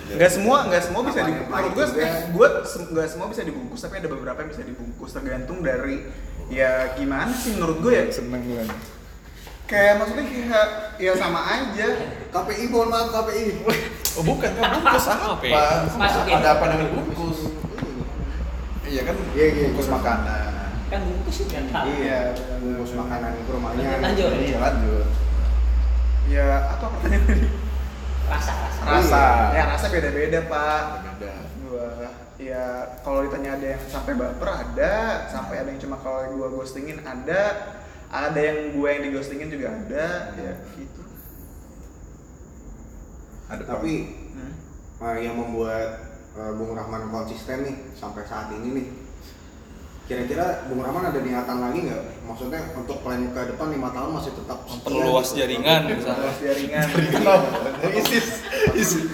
[SPEAKER 4] Nggak semua, nggak semua bisa
[SPEAKER 1] Apa yang
[SPEAKER 4] dibungkus. Kalau
[SPEAKER 1] paling
[SPEAKER 4] gue,
[SPEAKER 1] juga?
[SPEAKER 4] gue se- nggak semua bisa dibungkus, tapi ada beberapa yang bisa dibungkus. Tergantung dari ya gimana sih menurut gue ya.
[SPEAKER 3] Seneng gue
[SPEAKER 4] Kayak maksudnya kayak ya sama aja.
[SPEAKER 1] KPI mohon maaf KPI.
[SPEAKER 3] Oh bukan, kan bungkus apa?
[SPEAKER 2] Apa? ya?
[SPEAKER 5] Masukin.
[SPEAKER 3] Ada apa dengan bungkus? Iya kan,
[SPEAKER 1] Iya, iya,
[SPEAKER 3] bungkus
[SPEAKER 1] iya.
[SPEAKER 3] makanan
[SPEAKER 5] kan bungkus juga tahu
[SPEAKER 1] Iya, bungkus makanan ke rumahnya.
[SPEAKER 5] Lanjut.
[SPEAKER 3] Iya lanjut
[SPEAKER 4] Ya apa pertanyaan tadi?
[SPEAKER 5] rasa rasa
[SPEAKER 3] Rasa
[SPEAKER 4] Ya rasa beda-beda pak.
[SPEAKER 3] Beda
[SPEAKER 4] Gua ya kalau ditanya ada yang sampai baper ada, sampai ada yang cuma kalau gue ghostingin ada, ada yang gue yang dighostingin juga ada. Ya gitu.
[SPEAKER 3] Ada
[SPEAKER 1] Tapi
[SPEAKER 4] Hmm.
[SPEAKER 1] eh, yang membuat eh, Bung Rahman konsisten nih sampai saat ini nih. Kira-kira Bung Rahman ada niatan lagi nggak? Maksudnya untuk plan ke depan lima tahun masih tetap gitu?
[SPEAKER 2] Memperluas jaringan misalnya.
[SPEAKER 4] Terus jaringan.
[SPEAKER 3] ISIS ISIS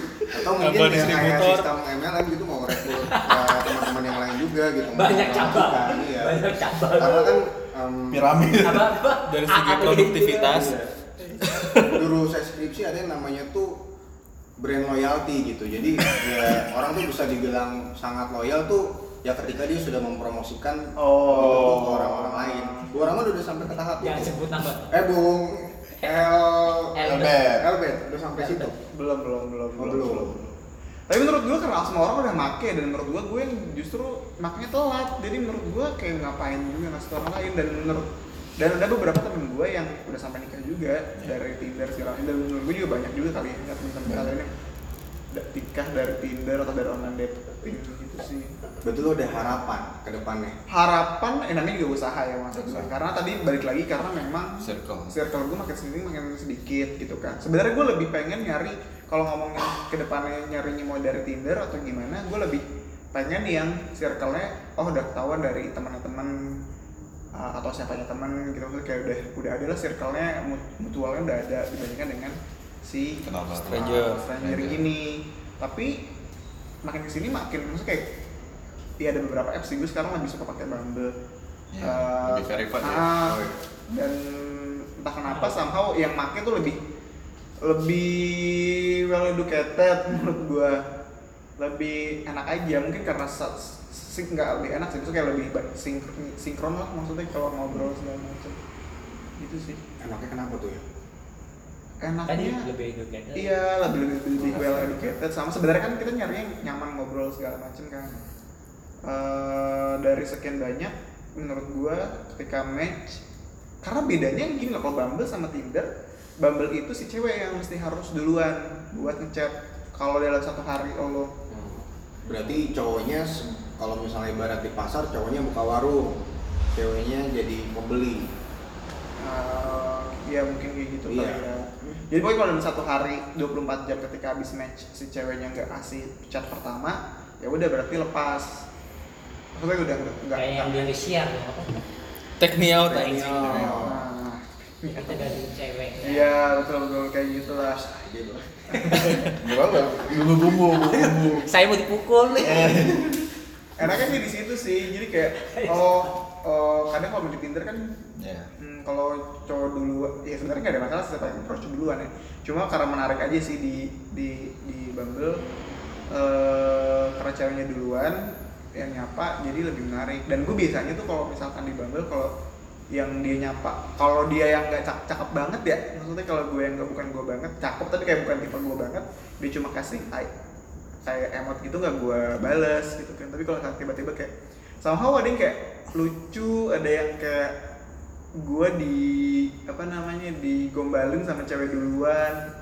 [SPEAKER 1] atau
[SPEAKER 2] Tambah
[SPEAKER 1] mungkin yang kayak
[SPEAKER 2] distributor.
[SPEAKER 1] sistem MLM gitu mau rekrut eh, teman-teman yang lain juga gitu
[SPEAKER 5] banyak
[SPEAKER 1] Mau
[SPEAKER 5] cabang
[SPEAKER 1] melakukan, iya.
[SPEAKER 5] banyak cabang
[SPEAKER 1] karena kan em,
[SPEAKER 3] Piramid
[SPEAKER 5] apa apa
[SPEAKER 2] Dari segi
[SPEAKER 5] A- apa
[SPEAKER 2] produktivitas.
[SPEAKER 5] gitu.
[SPEAKER 1] juru saya skripsi ada yang namanya tuh brand loyalty gitu jadi ya, orang tuh bisa dibilang sangat loyal tuh ya ketika dia sudah mempromosikan produk ke orang-orang lain Gua orang kan udah sampai ke tahap
[SPEAKER 5] jangan
[SPEAKER 1] itu
[SPEAKER 5] sebut nama
[SPEAKER 1] eh Bung El
[SPEAKER 5] Elbet.
[SPEAKER 1] Elbet udah sampai situ
[SPEAKER 4] belum belum belum
[SPEAKER 1] Oh, belum.
[SPEAKER 4] tapi menurut gue karena semua orang udah make dan menurut gue gue yang justru makanya telat jadi menurut gue kayak ngapain juga ngasih ke orang lain dan menurut dan ada beberapa temen gue yang udah sampai nikah juga dari Tinder segala macam dan menurut gue juga banyak juga kali ya nggak temen-temen kalian yang da- nikah dari Tinder atau dari online dating gitu sih
[SPEAKER 1] betul lo ada harapan ke depannya
[SPEAKER 4] harapan eh namanya juga usaha ya maksud gue.
[SPEAKER 3] Usaha.
[SPEAKER 4] karena tadi balik lagi karena memang
[SPEAKER 3] Circle
[SPEAKER 4] circle gue makin sini makin sedikit gitu kan sebenarnya gue lebih pengen nyari kalau ngomongin kedepannya nyarinya mau dari Tinder atau gimana gue lebih pengen yang circle-nya oh udah ketahuan dari teman-teman uh, atau siapanya teman gitu maksudnya kayak udah udah ada lah circle-nya mut- mutualnya udah ada dibandingkan dengan si
[SPEAKER 3] Kenal baru.
[SPEAKER 4] stranger
[SPEAKER 2] Stranger.
[SPEAKER 4] stranger gini tapi makin kesini makin maksudnya kayak ya ada beberapa apps sih gue sekarang lebih suka pakai Bumble
[SPEAKER 3] Iya,
[SPEAKER 4] Eh,
[SPEAKER 3] lebih verified ya.
[SPEAKER 4] ah,
[SPEAKER 1] Oh, iya.
[SPEAKER 4] dan entah kenapa somehow yang make tuh lebih lebih well educated menurut gua lebih enak aja mungkin karena sa- sing nggak lebih enak sih itu kayak lebih ba- sink- sinkron lah maksudnya kalau ngobrol segala macam gitu sih
[SPEAKER 1] Enaknya kenapa tuh ya?
[SPEAKER 5] Tadi
[SPEAKER 4] enaknya
[SPEAKER 5] lebih ya. educated.
[SPEAKER 4] iya lebih lebih, lebih well educated sama sebenarnya kan kita nyari yang nyaman ngobrol segala macam kan Eh, dari sekian banyak menurut gua ketika match karena bedanya gini loh kalau Bumble sama Tinder Bumble itu si cewek yang mesti harus duluan buat ngechat kalau dalam satu hari oh lo
[SPEAKER 1] Berarti cowoknya se- kalau misalnya ibarat di pasar cowoknya buka warung, ceweknya jadi pembeli.
[SPEAKER 4] eh, ya mungkin kayak gitu kali
[SPEAKER 1] Iya.
[SPEAKER 4] ya. jadi pokoknya kalau dalam satu hari 24 jam ketika habis match si ceweknya nggak kasih chat pertama ya udah berarti lepas maksudnya udah nggak nggak-
[SPEAKER 5] Kayak yang
[SPEAKER 4] nggak-
[SPEAKER 5] dari siar loh. apa?
[SPEAKER 2] Take me out
[SPEAKER 1] Take me
[SPEAKER 2] anjing.
[SPEAKER 1] out.
[SPEAKER 4] Nah,
[SPEAKER 5] Kita dari cewek.
[SPEAKER 4] Iya betul betul kayak gitulah.
[SPEAKER 1] Aja loh. Iya,
[SPEAKER 3] Gimana? Bumbu bumbu bumbu.
[SPEAKER 5] Saya mau dipukul nih.
[SPEAKER 4] Enaknya sih di situ sih. Jadi kayak kalau eh, kadang kalau di Tinder kan
[SPEAKER 3] Ya.
[SPEAKER 4] hmm, kalau cowok dulu ya sebenarnya nggak ada masalah siapa yang approach duluan ya. Cuma karena menarik aja sih di di di Bumble eh karena ceweknya duluan yang nyapa jadi lebih menarik. Dan gue biasanya tuh kalau misalkan di Bumble kalau yang dia nyapa kalau dia yang nggak cakep, cakep banget ya maksudnya kalau gue yang nggak bukan gue banget cakep tapi kayak bukan tipe gue banget dia cuma kasih "Hai." kayak emot gitu nggak gue bales gitu kan tapi kalau saat tiba-tiba kayak somehow ada yang kayak lucu ada yang kayak gue di apa namanya digombalin sama cewek duluan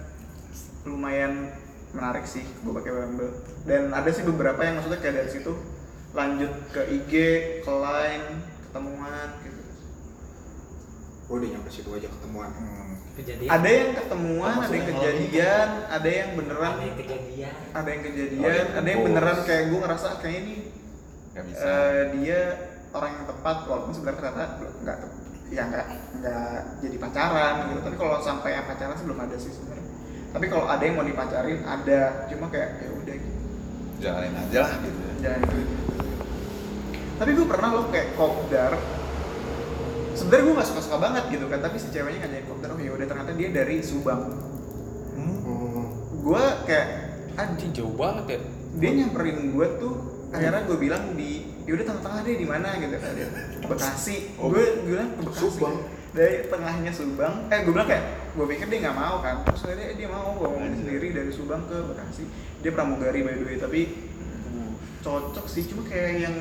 [SPEAKER 4] lumayan menarik sih gue pakai Bumble dan ada sih beberapa yang maksudnya kayak dari situ lanjut ke IG ke Line ketemuan gitu
[SPEAKER 1] Gue udah nyampe situ aja ketemuan.
[SPEAKER 3] Hmm.
[SPEAKER 5] Kejadian.
[SPEAKER 4] ada yang ketemuan ada yang
[SPEAKER 3] Termasuk yang
[SPEAKER 4] kejadian ada yang beneran
[SPEAKER 5] Ada yang kejadian.
[SPEAKER 4] ada yang
[SPEAKER 3] Oh,
[SPEAKER 4] kejadian
[SPEAKER 3] yang
[SPEAKER 4] ada yang
[SPEAKER 3] kebos.
[SPEAKER 4] beneran kayak gue ngerasa kayak ini
[SPEAKER 3] Gak bisa.
[SPEAKER 4] eh, dia orang yang tepat walaupun sebenarnya ternyata belum- nggak tep- ya nggak nggak jadi pacaran gitu tapi kalau sampai yang pacaran sih belum ada sih sebenarnya tapi kalau ada yang mau dipacarin ada cuma kayak ya udah gitu
[SPEAKER 3] Jalanin aja lah gitu. ya.
[SPEAKER 4] jalan dulu tapi gue pernah loh kayak kopdar sebenarnya gue nggak suka suka banget gitu kan tapi si ceweknya ngajakin kopdar oh ya udah ternyata dia dari Subang
[SPEAKER 1] Oh.
[SPEAKER 4] gue kayak "Ah,
[SPEAKER 2] Anjing jauh banget ya.
[SPEAKER 4] dia nyamperin gue tuh akhirnya gue bilang di yaudah tengah-tengah deh di mana gitu kan dia Bekasi
[SPEAKER 3] Oh.
[SPEAKER 4] gue gue bilang ke Bekasi
[SPEAKER 1] Subang.
[SPEAKER 4] dari tengahnya Subang eh gue bilang kayak gue pikir dia nggak mau kan terus akhirnya dia mau gue ngomong
[SPEAKER 1] Iya.
[SPEAKER 4] sendiri dari Subang ke Bekasi dia pramugari by the way tapi uh, cocok sih cuma kayak yang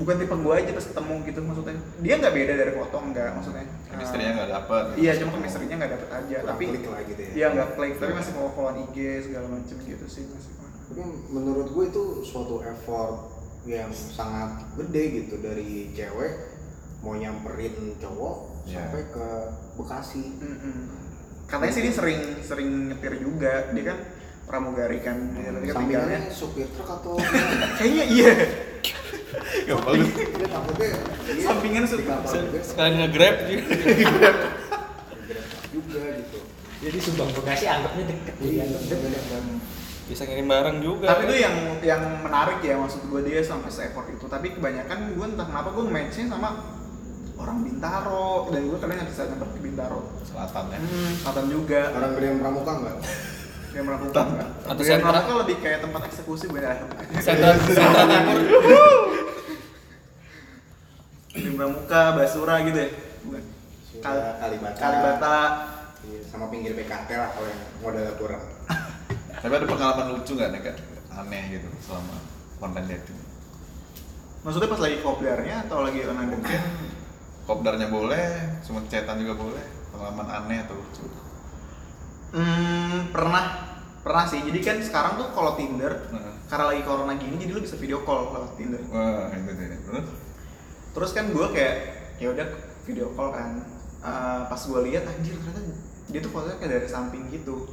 [SPEAKER 4] bukan tipe gue aja pas ketemu gitu maksudnya dia nggak beda dari foto nggak maksudnya
[SPEAKER 3] Chemistry-nya
[SPEAKER 4] Eh,
[SPEAKER 3] nggak dapet.
[SPEAKER 4] iya cuma chemistry-nya nggak dapet aja
[SPEAKER 1] Kurang
[SPEAKER 4] tapi
[SPEAKER 1] klik lah gitu ya.
[SPEAKER 4] iya nggak klik tapi masih follow-followan IG segala macem gitu sih masih
[SPEAKER 1] Tapi menurut gue itu suatu effort yang sangat gede gitu dari cewek mau nyamperin cowok
[SPEAKER 3] Iya.
[SPEAKER 1] sampai ke Bekasi.
[SPEAKER 4] Mm-mm. Katanya sih dia sering sering nyetir juga. Dia kan pramugari kan. Dia tadi kan tinggalnya.
[SPEAKER 1] Sambilnya supir truk atau gimana?
[SPEAKER 4] Kayaknya iya.
[SPEAKER 3] Gak bagus.
[SPEAKER 1] dia takutnya dia
[SPEAKER 4] Sampingan supir.
[SPEAKER 1] dikabal juga,
[SPEAKER 2] Sekalian nge-grab juga.
[SPEAKER 1] digerak juga gitu.
[SPEAKER 5] Jadi Subang Bekasi anggapnya deket.
[SPEAKER 1] Iya,
[SPEAKER 5] Dianggap deket.
[SPEAKER 2] Bisa ngirim barang juga.
[SPEAKER 4] Tapi itu yang yang menarik ya maksud gue dia sampai se-effort itu. Tapi kebanyakan gue entah kenapa gue matchnya sama orang Bintaro dan gue kadang nggak bisa nyamper ke Bintaro.
[SPEAKER 3] Selatan ya.
[SPEAKER 4] Hmm, selatan juga.
[SPEAKER 1] Orang Gerian Pramuka enggak?
[SPEAKER 4] Yang melakukan
[SPEAKER 2] Atau
[SPEAKER 4] Yang
[SPEAKER 2] sentra.
[SPEAKER 4] melakukan lebih kayak tempat eksekusi bener.
[SPEAKER 2] sentra sentra takut.
[SPEAKER 4] Di Pramuka, Basura gitu ya. Bukan. Kal-
[SPEAKER 1] Kalibata.
[SPEAKER 4] Kalibata.
[SPEAKER 1] Iya, sama pinggir PKT lah kalau yang modal kurang.
[SPEAKER 3] Tapi ada pengalaman lucu nggak nih Kak? Aneh gitu selama online dating.
[SPEAKER 4] Maksudnya pas lagi kopdarnya atau lagi online dating?
[SPEAKER 3] Kopdarnya boleh, cuma cetan juga boleh. Pengalaman aneh atau lucu.
[SPEAKER 4] Hmm, pernah pernah sih. Jadi kan sekarang tuh kalau Tinder
[SPEAKER 3] Heeh.
[SPEAKER 4] karena lagi corona gini jadi lu bisa video call lewat Tinder.
[SPEAKER 3] Wah, itu deh. Terus?
[SPEAKER 4] Terus kan gue kayak ya udah video call kan. Eh, pas gue lihat anjir ternyata dia tuh fotonya kayak dari samping gitu.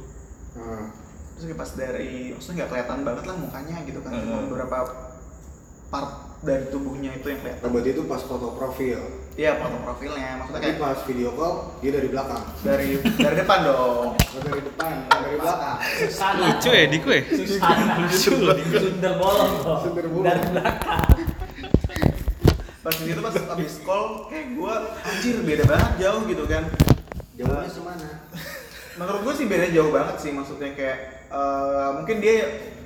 [SPEAKER 1] Hmm.
[SPEAKER 4] Terus kayak pas dari maksudnya nggak kelihatan banget lah mukanya gitu kan. Cuma
[SPEAKER 3] Heeh.
[SPEAKER 1] Nah,
[SPEAKER 4] beberapa part dari tubuhnya itu yang kelihatan.
[SPEAKER 1] Berarti itu pas foto profil.
[SPEAKER 4] Iya foto profilnya, maksudnya
[SPEAKER 1] Tapi
[SPEAKER 4] kayak
[SPEAKER 1] pas video call dia dari belakang.
[SPEAKER 4] dari dari depan dong.
[SPEAKER 1] Gua Oh, dari depan, gua dari belakang.
[SPEAKER 5] Susana.
[SPEAKER 2] Lucu ya Diko ya?
[SPEAKER 5] Susana.
[SPEAKER 2] Lucu loh Diko.
[SPEAKER 5] Sundel bolong. loh.
[SPEAKER 1] Sundel bolong.
[SPEAKER 5] Dari belakang.
[SPEAKER 4] Pas di situ pas abis call kayak gue anjir beda banget jauh gitu kan.
[SPEAKER 1] Jauhnya semana?
[SPEAKER 4] Menurut gue sih bedanya jauh banget sih maksudnya kayak eh, mungkin dia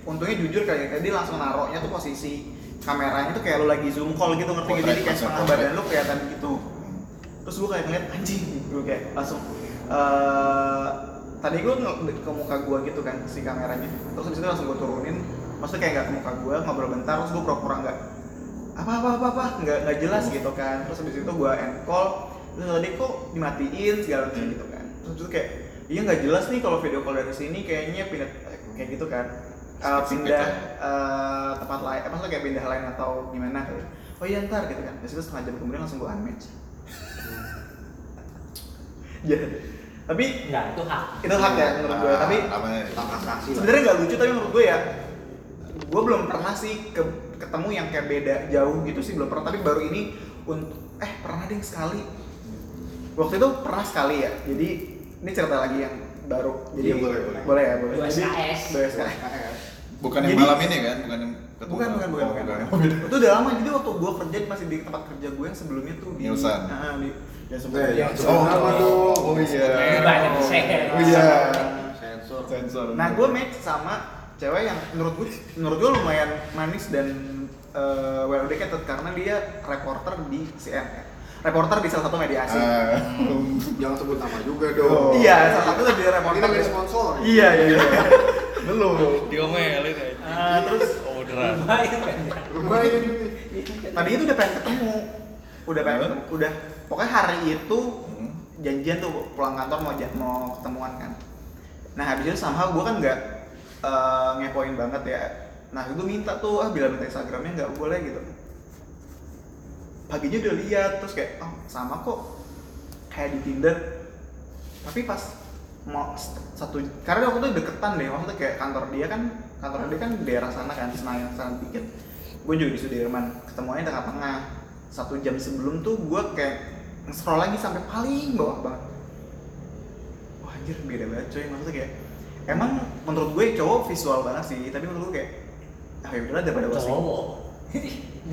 [SPEAKER 4] untungnya jujur kayak tadi langsung naruhnya tuh posisi kameranya tuh kayak lu lagi zoom call gitu ngerti nggak? jadi
[SPEAKER 3] Potret,
[SPEAKER 4] kayak
[SPEAKER 3] langsung
[SPEAKER 4] setengah
[SPEAKER 3] potret.
[SPEAKER 4] badan lu kelihatan gitu terus gue kayak ngeliat anjing gue kayak langsung eh, tadi gue ke muka gue gitu kan si kameranya terus habis itu langsung gue turunin maksudnya kayak nggak ke muka gue ngobrol bentar terus gue pura-pura nggak apa apa apa apa nggak nggak jelas gitu kan terus habis itu gue end call terus tadi kok dimatiin segala macam gitu kan terus habis itu kayak iya nggak jelas nih kalau video call dari sini kayaknya pindah kayak gitu kan Eh,
[SPEAKER 3] Spesifik
[SPEAKER 4] pindah
[SPEAKER 3] ya.
[SPEAKER 4] eh, tempat lain, apa maksudnya kayak pindah lain atau gimana kali. Oh iya ntar gitu kan. Terus itu setengah jam kemudian langsung gue unmatch. ya. Tapi
[SPEAKER 5] Enggak, Iya, itu hak.
[SPEAKER 4] itu hak ya menurut gue. Tapi
[SPEAKER 3] namanya
[SPEAKER 1] Tentang transaksi lah.
[SPEAKER 4] sebenarnya nggak lucu tapi menurut gue ya gue belum pernah sih ke- ketemu yang kayak beda jauh gitu sih belum pernah tapi baru ini untuk eh pernah deh sekali waktu itu pernah sekali ya jadi ini cerita lagi yang baru jadi
[SPEAKER 1] Iya, boleh, boleh.
[SPEAKER 4] boleh ya boleh
[SPEAKER 5] Dua
[SPEAKER 4] Jadi-
[SPEAKER 5] SKS.
[SPEAKER 4] dua SKS
[SPEAKER 3] bukan yang
[SPEAKER 4] Jadi-
[SPEAKER 3] malam ini kan, bukan yang ketemu.
[SPEAKER 4] bukan bukan bukan
[SPEAKER 3] Oh,
[SPEAKER 4] bukan,
[SPEAKER 3] Oh, beda.
[SPEAKER 4] itu udah lama jadi waktu gue kerja masih di tempat kerja gue yang sebelumnya tuh di
[SPEAKER 3] Nielsen.
[SPEAKER 4] Ah, di
[SPEAKER 1] Udah,
[SPEAKER 4] yang sebelumnya
[SPEAKER 1] yang ya?
[SPEAKER 3] Oh,
[SPEAKER 1] sebelum nama tuh.
[SPEAKER 3] oh iya.
[SPEAKER 5] Banyak yang share.
[SPEAKER 3] Oh iya.
[SPEAKER 1] Sensor.
[SPEAKER 3] Sensor.
[SPEAKER 4] Nah, gue match sama cewek yang menurut gue menurut gue lumayan manis dan eh, well educated karena dia reporter di CNN. Reporter di salah satu media asing.
[SPEAKER 3] Ah.
[SPEAKER 1] Jangan sebut nama juga dong.
[SPEAKER 3] Oh.
[SPEAKER 4] Iya, salah satu dia
[SPEAKER 1] Kita
[SPEAKER 4] reporter.
[SPEAKER 1] nggak ada sponsor.
[SPEAKER 4] Iya, iya, iya.
[SPEAKER 3] Belum.
[SPEAKER 2] Diomelin aja.
[SPEAKER 4] Ah, terus
[SPEAKER 2] Orderan.
[SPEAKER 5] Lumayan kan ya.
[SPEAKER 1] Lumayan ini.
[SPEAKER 4] tadinya tuh udah pengen ketemu. Udah pengen
[SPEAKER 3] Huh?
[SPEAKER 4] ketemu, udah pokoknya hari itu
[SPEAKER 3] Hmm.
[SPEAKER 4] janjian tuh pulang kantor mau ja- mau ketemuan kan. Nah, habis itu somehow gue kan nggak eh, ngepoin banget ya. Nah, gue minta tuh ah bila minta Instagramnya nggak boleh gitu. paginya udah lihat terus kayak oh, sama kok kayak di Tinder tapi pas mau s- satu karena waktu itu deketan deh maksudnya kayak kantor dia kan kantor dia kan daerah sana kan Senayan sana dikit gue juga di Sudirman ketemuannya tengah-tengah satu jam sebelum tuh gue kayak scroll lagi sampai paling bawah banget wah anjir beda banget coy maksudnya kayak emang menurut gue cowok visual banget sih tapi menurut gue kayak ah ya udahlah daripada wasting
[SPEAKER 5] Cowok. Di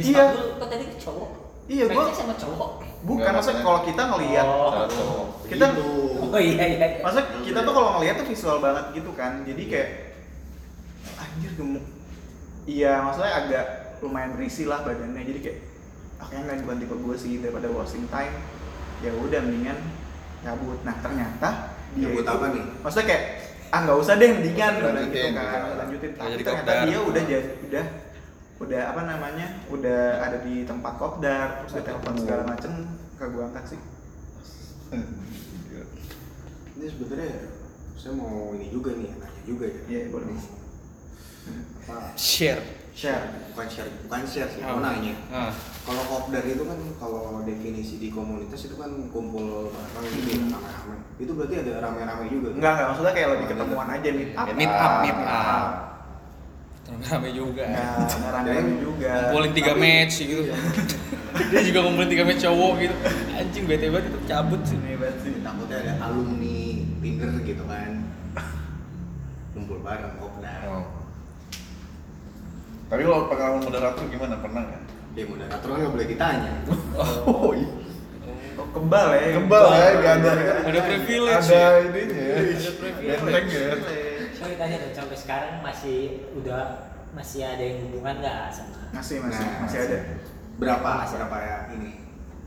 [SPEAKER 4] Iya.
[SPEAKER 5] iya. kok tadi ke cowok.
[SPEAKER 4] Iya, gua-
[SPEAKER 5] Matchnya sama cowok.
[SPEAKER 4] bukan
[SPEAKER 3] Nggak,
[SPEAKER 4] maksudnya
[SPEAKER 3] maksudnya-
[SPEAKER 4] kalau kita ngelihat
[SPEAKER 5] Oh.
[SPEAKER 3] Salah satu.
[SPEAKER 4] Kita-
[SPEAKER 1] Gitu.
[SPEAKER 5] Oh iya iya. iya.
[SPEAKER 4] Maksudnya kita tuh kalau ngeliat tuh visual banget gitu kan. Jadi kayak anjir gemuk. Iya, maksudnya agak lumayan berisi lah badannya. Jadi kayak akhirnya nggak bukan tipe gue sih daripada wasting time. Ya udah mendingan cabut. Nah, ternyata dia
[SPEAKER 1] Nyebut
[SPEAKER 4] itu-
[SPEAKER 1] apa nih?
[SPEAKER 4] Maksudnya kayak ah nggak usah deh mendingan
[SPEAKER 3] Lanjutin,
[SPEAKER 4] udah gitu kan
[SPEAKER 3] gitu.
[SPEAKER 4] lanjutin
[SPEAKER 2] Nggak
[SPEAKER 4] tapi
[SPEAKER 2] jadi
[SPEAKER 4] ternyata
[SPEAKER 2] kopdar.
[SPEAKER 4] dia udah jadi udah udah apa namanya udah ada di tempat kopdar terus dia telepon segala macem ke gue angkat sih
[SPEAKER 1] Ini sebenarnya saya mau ini juga nih, nanya juga ya.
[SPEAKER 4] Iya, boleh.
[SPEAKER 1] Apa?
[SPEAKER 2] Share.
[SPEAKER 4] share
[SPEAKER 1] Bukan share, bukan share sih,
[SPEAKER 4] Oh.
[SPEAKER 1] mau nanya.
[SPEAKER 2] Ah.
[SPEAKER 1] Kalau kopdar itu kan kalau definisi di komunitas itu kan kumpul bareng gitu ya, rame-rame. Itu berarti ada rame-rame juga. gitu.
[SPEAKER 4] Enggak, enggak maksudnya kayak lebih ketemuan aja meet up.
[SPEAKER 2] Meet up, meet
[SPEAKER 4] up.
[SPEAKER 2] up. Rame juga.
[SPEAKER 4] Nah,
[SPEAKER 1] Jadi,
[SPEAKER 4] rame juga.
[SPEAKER 2] Ngumpulin tiga
[SPEAKER 1] Tapi-
[SPEAKER 2] match gitu.
[SPEAKER 3] iya.
[SPEAKER 2] Dia juga ngumpulin tiga match cowok gitu. Anjing bete banget itu cabut sih.
[SPEAKER 4] Ini banget sih.
[SPEAKER 1] Takutnya ada alumni Tinder gitu kan. Kumpul bareng kopdar.
[SPEAKER 3] Oh. Tapi kalau pengalaman moderator gimana? Pernah nggak?
[SPEAKER 1] Dia moderator kan nggak boleh ditanya.
[SPEAKER 3] Oh, iya.
[SPEAKER 4] Oh, kebal ya.
[SPEAKER 3] Kebal ya, nggak ada.
[SPEAKER 2] Ada privilege.
[SPEAKER 3] Ada
[SPEAKER 2] ya?
[SPEAKER 3] ininya.
[SPEAKER 2] Ada
[SPEAKER 4] Iya,
[SPEAKER 2] privilege.
[SPEAKER 3] Benteng ya.
[SPEAKER 5] Saya tanya deh, sampai sekarang masih udah masih ada yang hubungan nggak sama?
[SPEAKER 3] ya.
[SPEAKER 4] Masih,
[SPEAKER 3] Nah,
[SPEAKER 4] masih, masih ada.
[SPEAKER 1] Nah, Berapa?
[SPEAKER 5] Masih.
[SPEAKER 1] Berapa ya ini?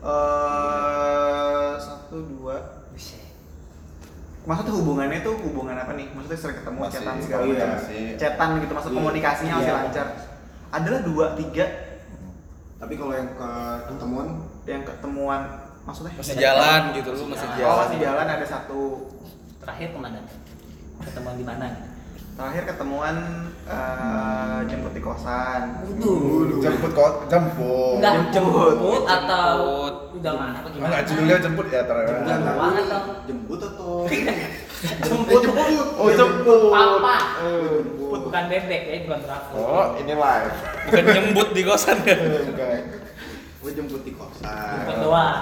[SPEAKER 4] Eh, satu, dua.
[SPEAKER 5] Buset.
[SPEAKER 4] Maksudnya hubungannya tuh hubungan apa nih? Maksudnya sering ketemu,
[SPEAKER 3] Masih,
[SPEAKER 4] cetan segala
[SPEAKER 1] oh iya,
[SPEAKER 4] macam.
[SPEAKER 3] masih.
[SPEAKER 4] Cetan gitu, maksud
[SPEAKER 1] Iya.
[SPEAKER 4] komunikasinya masih
[SPEAKER 5] Iya.
[SPEAKER 4] lancar. Adalah dua, tiga
[SPEAKER 1] Tapi kalau yang ke ketemuan
[SPEAKER 4] yang ketemuan maksudnya
[SPEAKER 3] Iya.
[SPEAKER 2] Masih jalan gitu lu masih
[SPEAKER 1] Masih
[SPEAKER 4] Oh,
[SPEAKER 2] jalan.
[SPEAKER 4] masih jalan ada satu
[SPEAKER 5] Terakhir kemana? Ketemu di mana?
[SPEAKER 4] terakhir ketemuan eh, jemput di kosan
[SPEAKER 5] Waduh.
[SPEAKER 3] Jemput kok, jemput.
[SPEAKER 5] Udah
[SPEAKER 4] jemput.
[SPEAKER 5] jemput atau
[SPEAKER 2] Jemput.
[SPEAKER 5] udah mana apa gimana?
[SPEAKER 3] Enggak, judulnya jemput ya,
[SPEAKER 5] Jemput.
[SPEAKER 3] ternyata.
[SPEAKER 1] Enggak,
[SPEAKER 5] banget
[SPEAKER 1] tapi
[SPEAKER 5] dong.
[SPEAKER 1] jemput atau Eh,
[SPEAKER 5] Jemput.
[SPEAKER 3] Oh, jemput.
[SPEAKER 5] Papa.
[SPEAKER 3] Eh.
[SPEAKER 5] Jemput bukan bebek ya, bukan trafo.
[SPEAKER 3] Oh, ini live. Iya.
[SPEAKER 2] Bukan nyembut di kosan ya.
[SPEAKER 3] Eh, Bukan.
[SPEAKER 1] gue Oh, jemput di kosan
[SPEAKER 5] Jemput doang.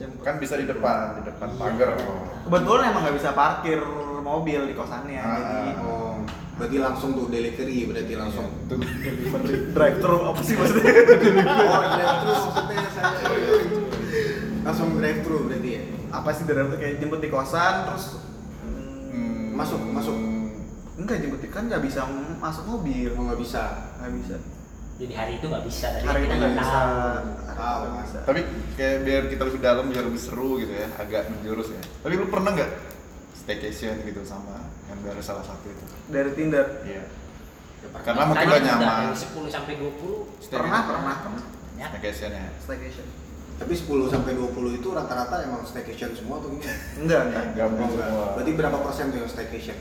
[SPEAKER 3] Jemput. Kan bisa di depan, di depan
[SPEAKER 5] Iya.
[SPEAKER 3] pagar.
[SPEAKER 4] kebetulan emang nggak bisa parkir mobil di kosannya
[SPEAKER 3] Ah,
[SPEAKER 4] jadi
[SPEAKER 1] oh berarti langsung tuh delivery berarti langsung
[SPEAKER 5] Iya.
[SPEAKER 3] Itu delivery.
[SPEAKER 4] drive thru apa sih maksudnya
[SPEAKER 1] oh drive thru maksudnya saya
[SPEAKER 5] Oh, iya.
[SPEAKER 1] langsung drive thru berarti ya
[SPEAKER 4] apa sih drive thru kayak jemput di kosan terus hmm,
[SPEAKER 3] Hmm,
[SPEAKER 1] Masuk, masuk.
[SPEAKER 4] enggak jemput di- kan nggak bisa masuk mobil
[SPEAKER 1] emang nggak bisa
[SPEAKER 4] nggak bisa
[SPEAKER 5] jadi hari itu nggak bisa tadi
[SPEAKER 4] hari itu
[SPEAKER 5] Iya, kita
[SPEAKER 4] nggak bisa
[SPEAKER 1] Tahu.
[SPEAKER 4] Nggak bisa.
[SPEAKER 3] Tapi kayak biar kita lebih dalam, biar lebih seru gitu ya, agak menjurus ya. Tapi lu pernah nggak staycation gitu sama yang dari salah satu itu?
[SPEAKER 4] dari Tinder
[SPEAKER 3] Iya.
[SPEAKER 1] Ya, pernah.
[SPEAKER 3] Karena mungkin gak nyaman.
[SPEAKER 5] dari 10 sampai 20
[SPEAKER 4] pernah pernah pernah
[SPEAKER 5] banyak
[SPEAKER 3] Staycation ya.
[SPEAKER 4] staycation
[SPEAKER 1] tapi 10 sampai 20 itu rata-rata emang staycation semua tuh gini
[SPEAKER 4] enggak enggak
[SPEAKER 3] Gabung
[SPEAKER 1] enggak
[SPEAKER 3] semua.
[SPEAKER 1] berarti berapa persen tuh yang staycation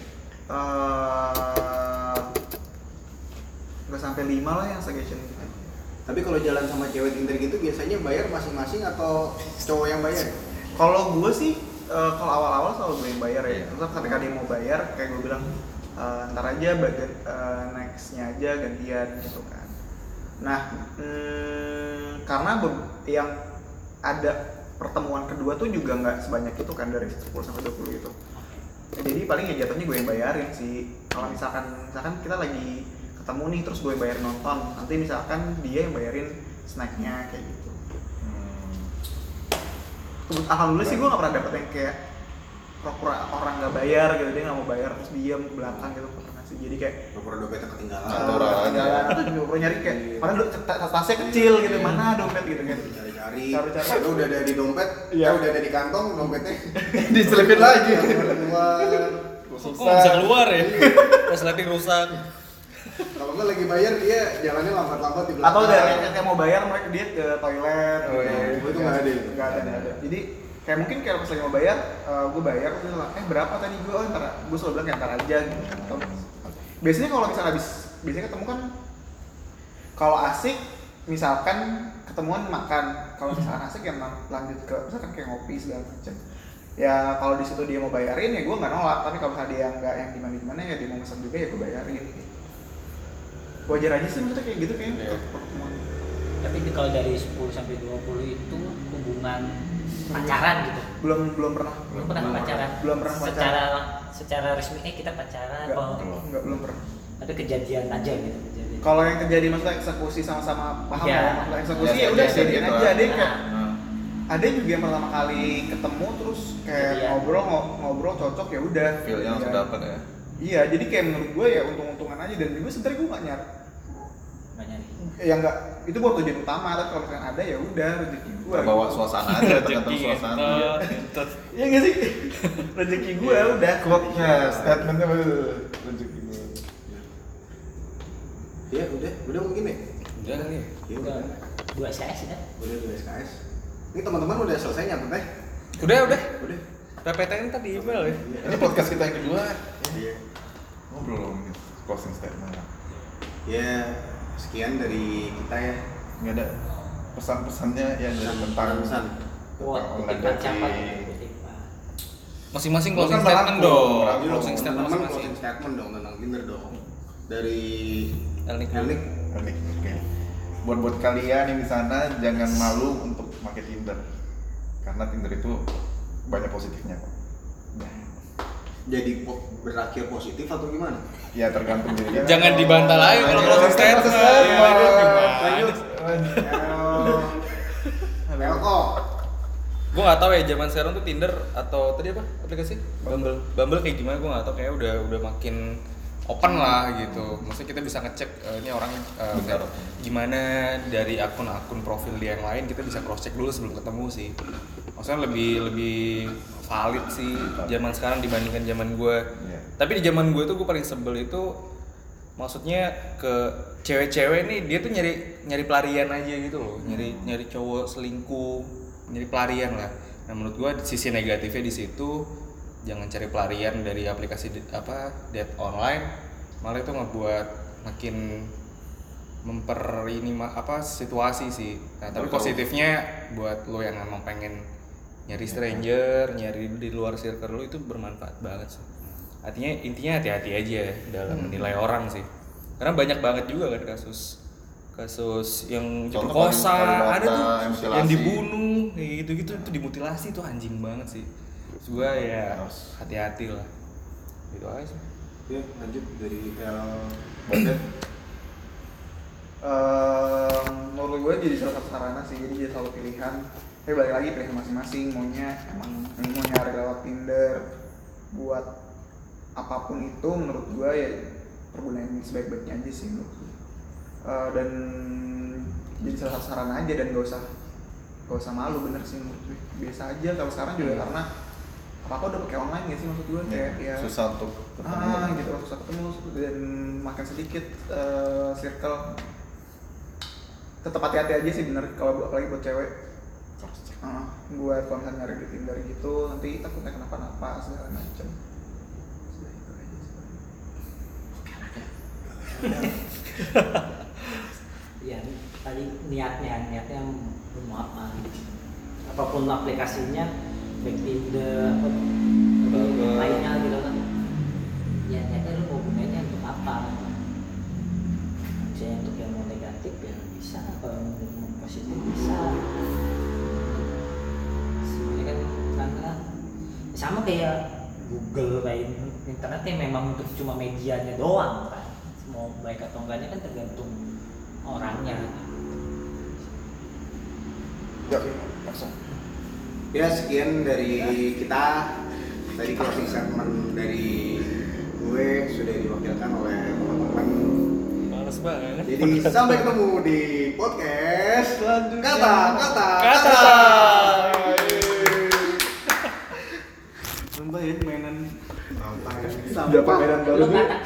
[SPEAKER 4] Eh, nggak sampai lima lah yang staycation
[SPEAKER 1] tapi kalau jalan sama cewek Tinder gitu biasanya bayar masing-masing atau cowok yang bayar
[SPEAKER 4] kalau gue sih eh, kalau awal-awal selalu gue yang bayar ya
[SPEAKER 3] Iya.
[SPEAKER 4] terus ketika dia mau bayar kayak gue bilang "Eh, ntar aja bagian eh, nextnya aja gantian gitu kan nah hmm, karena be- yang ada pertemuan kedua tuh juga nggak sebanyak itu kan dari 10 sampai 20 itu jadi paling ya jatuhnya gue yang bayarin sih kalau misalkan misalkan kita lagi ketemu nih terus gue yang bayarin nonton nanti misalkan dia yang bayarin snacknya kayak gitu
[SPEAKER 3] Hmm.
[SPEAKER 4] Kebut- alhamdulillah sih gue gak pernah dapet yang kayak pura-pura orang gak bayar gitu dia gak mau bayar terus diem ke belakang gitu nggak pernah sih jadi kayak
[SPEAKER 1] pura dompetnya ketinggalan
[SPEAKER 3] Ah, Atau
[SPEAKER 4] eh,
[SPEAKER 3] orang- Iya.
[SPEAKER 4] ketinggalan atau juga nyari kayak mana do- ta- ta- tasnya kecil gitu mana dompet gitu kan
[SPEAKER 1] cari-cari
[SPEAKER 4] Cari-cari.
[SPEAKER 1] Lu udah ada di dompet
[SPEAKER 4] Iya.
[SPEAKER 1] eh, udah ada di kantong dompetnya
[SPEAKER 3] Hmm. Diselipin lagi.
[SPEAKER 1] keluar
[SPEAKER 2] Kok nggak bisa keluar
[SPEAKER 3] Iya.
[SPEAKER 2] ya? Pas lighting rusak.
[SPEAKER 1] kalau nggak lagi bayar dia jalannya lambat-lambat di belakang
[SPEAKER 4] atau udah
[SPEAKER 3] Iya.
[SPEAKER 4] kayak, kayak mau bayar mereka dia ke toilet
[SPEAKER 3] Oh, iya.
[SPEAKER 1] Itu nggak ada itu.
[SPEAKER 4] gitu. nggak ada nggak ada jadi kayak mungkin kayak pas lagi mau bayar eh, gue bayar terus dia bilang, eh berapa tadi gue oh ntar gue selalu bilang kayak ntar aja gitu Atau- biasanya kalau misalnya habis biasanya ketemu kan kalau asik misalkan ketemuan makan kalau misalkan asik ya lang- lanjut ke misalkan kayak ngopi segala macam ya kalau di situ dia mau bayarin ya gue nggak nolak tapi kalau misalnya dia nggak yang gimana gimana ya dia mau pesan juga ya gue bayarin wajar aja sih maksudnya kayak gitu kayaknya
[SPEAKER 3] Iya.
[SPEAKER 4] pertemuan
[SPEAKER 5] tapi di- kalau dari 10 sampai 20 itu hubungan pacaran gitu
[SPEAKER 4] belum belum pernah
[SPEAKER 5] belum pernah pacaran
[SPEAKER 4] belum pernah
[SPEAKER 5] secara secara resmi eh kita pacaran
[SPEAKER 4] Nggak,
[SPEAKER 5] kalau
[SPEAKER 3] belum.
[SPEAKER 4] nggak belum pernah
[SPEAKER 5] tapi kejadian aja gitu kejadian
[SPEAKER 4] kalau yang terjadi maksudnya eksekusi sama-sama paham
[SPEAKER 5] Iya.
[SPEAKER 4] ya, maksudnya eksekusi
[SPEAKER 3] Iya,
[SPEAKER 4] ya udah
[SPEAKER 3] iya,
[SPEAKER 4] jadiin
[SPEAKER 3] gitu
[SPEAKER 4] aja
[SPEAKER 3] lah.
[SPEAKER 4] ada yang kayak
[SPEAKER 3] Hmm.
[SPEAKER 4] ada juga yang pertama kali ketemu terus kayak
[SPEAKER 5] Jadian.
[SPEAKER 4] ngobrol ngo- ngobrol cocok ya udah
[SPEAKER 3] Feel-nya langsung
[SPEAKER 4] Iya.
[SPEAKER 3] dapet ya.
[SPEAKER 4] iya jadi kayak menurut gue ya untung-untungan aja dan gue sebenernya gue gak nyari
[SPEAKER 5] nggak nyari
[SPEAKER 4] ya nggak itu bukan tujuan utama tapi kalau misalkan ada ya udah rezeki gue
[SPEAKER 3] Bawa suasana aja, tergantung suasana.
[SPEAKER 2] gitu. entot.
[SPEAKER 4] iya nggak sih rezeki gue ya udah
[SPEAKER 3] Quote-nya, statementnya baru rezeki gue.
[SPEAKER 1] ya udah udah mungkin ya
[SPEAKER 2] Udah kali ya?
[SPEAKER 1] ya
[SPEAKER 5] udah
[SPEAKER 1] udah
[SPEAKER 5] dua SKS ya
[SPEAKER 1] udah di SKS ini teman-teman udah selesai nyampe teh
[SPEAKER 2] Udah, udah.
[SPEAKER 1] udah
[SPEAKER 2] PPTN tadi email ya.
[SPEAKER 1] Iya.
[SPEAKER 3] Ini podcast kita yang kedua.
[SPEAKER 1] Iya.
[SPEAKER 3] Ngobrol dong, closing statement.
[SPEAKER 1] ya sekian dari kita ya
[SPEAKER 3] Nggak ada pesan-pesannya yang dari tentang
[SPEAKER 1] pesan
[SPEAKER 5] Wah,
[SPEAKER 3] Tentang online
[SPEAKER 5] kutipan siapa
[SPEAKER 3] dating.
[SPEAKER 5] tuh? Kutipan.
[SPEAKER 2] Masing-masing
[SPEAKER 3] Gua kan
[SPEAKER 2] closing statement
[SPEAKER 3] merangkum.
[SPEAKER 2] dong.
[SPEAKER 3] Merangkum.
[SPEAKER 2] Oh, Closing statement
[SPEAKER 1] teman-teman
[SPEAKER 2] masing-masing.
[SPEAKER 1] closing statement dong tentang Tinder dong dari
[SPEAKER 2] Elnik.
[SPEAKER 1] Elnik
[SPEAKER 3] Oke. oke. Buat buat kalian yang di sana jangan malu untuk pakai Tinder. Karena Tinder itu banyak positifnya kok. Nah,
[SPEAKER 1] jadi po- berakhir positif atau gimana?
[SPEAKER 3] Ya tergantung diri kita.
[SPEAKER 2] Jangan dibantah lagi kalau
[SPEAKER 3] Ayo,
[SPEAKER 2] closing statement.
[SPEAKER 3] closing statement.
[SPEAKER 2] Ya, aduh, gimana?
[SPEAKER 1] Lanjut. Melko.
[SPEAKER 2] Gue gak tahu ya zaman sekarang tuh Tinder atau tadi apa aplikasi? Bumble. Bumble kayak gimana gue gak tahu kayak udah udah makin open lah gitu. Maksudnya kita bisa ngecek eh, ini orang eh, kayak gimana dari akun-akun profil dia yang lain kita bisa cross check dulu sebelum ketemu sih. Maksudnya lebih lebih valid sih zaman sekarang dibandingkan zaman gue.
[SPEAKER 3] Iya.
[SPEAKER 2] Tapi di zaman gue tuh gue paling sebel itu maksudnya ke cewek-cewek nih dia tuh nyari nyari pelarian aja gitu loh nyari nyari cowok selingkuh nyari pelarian lah nah menurut gua sisi negatifnya di situ jangan cari pelarian dari aplikasi di- apa date online malah itu ngebuat makin memper ini ma- apa situasi sih nah tapi
[SPEAKER 3] Betul.
[SPEAKER 2] positifnya buat lo yang emang pengen nyari stranger nyari di luar circle lo itu bermanfaat banget sih artinya Hmm. intinya hati-hati aja dalam menilai orang sih karena banyak banget juga kan kasus kasus yang
[SPEAKER 3] Contoh
[SPEAKER 2] diperkosa
[SPEAKER 3] paling- paling
[SPEAKER 2] ada tuh
[SPEAKER 3] bawah, mutilasi.
[SPEAKER 2] yang dibunuh kayak gitu gitu itu dimutilasi itu anjing banget sih Terus gua ya
[SPEAKER 3] Harus.
[SPEAKER 2] hati-hati lah gitu aja sih
[SPEAKER 1] Ya, lanjut dari El
[SPEAKER 3] Badan.
[SPEAKER 4] Ehm, menurut gue jadi salah satu sarana sih jadi jadi selalu pilihan tapi balik lagi pilihan masing-masing maunya emang ini mau nyari lewat Tinder buat apapun itu menurut gue ya pergunain sebaik-baiknya aja sih menurut gue Eh, dan jadi salah satu sarana aja dan gak usah gak usah malu bener sih menurut gue biasa aja kalau sekarang juga
[SPEAKER 3] Iya.
[SPEAKER 4] karena apa apa udah pakai online ya sih maksud gue kayak ya
[SPEAKER 3] susah untuk ketemu
[SPEAKER 4] ah gitu susah ketemu dan makin sedikit eh, circle tetap hati-hati aja sih bener kalau buat lagi buat cewek Ah, buat kalau misalnya nyari di Tinder gitu nanti takutnya kenapa-napa segala macem Sudah itu aja sih.
[SPEAKER 5] Iya, tadi niatnya, niatnya mau apa gitu. Apapun aplikasinya, baik Tinder, apa,
[SPEAKER 2] Bumble.
[SPEAKER 5] lainnya gitu kan. Ya niatnya lu mau gunainnya untuk apa? Misalnya untuk yang mau negatif ya bisa, kalau yang mau positif bisa. Sebenarnya kan karena sama kayak Google lain internetnya memang untuk cuma medianya doang kan. Mau baik atau enggaknya kan tergantung orangnya
[SPEAKER 3] ya langsung
[SPEAKER 1] Ya sekian dari kita Tadi closing statement dari gue sudah diwakilkan oleh teman-teman
[SPEAKER 2] males banget
[SPEAKER 1] Jadi sampai ketemu di podcast
[SPEAKER 4] Selanjutnya.
[SPEAKER 1] Kata, kata,
[SPEAKER 2] Kata.
[SPEAKER 4] Sumpah ya mainan
[SPEAKER 1] Sampai
[SPEAKER 4] Dapat mainan baru.
[SPEAKER 5] lu kata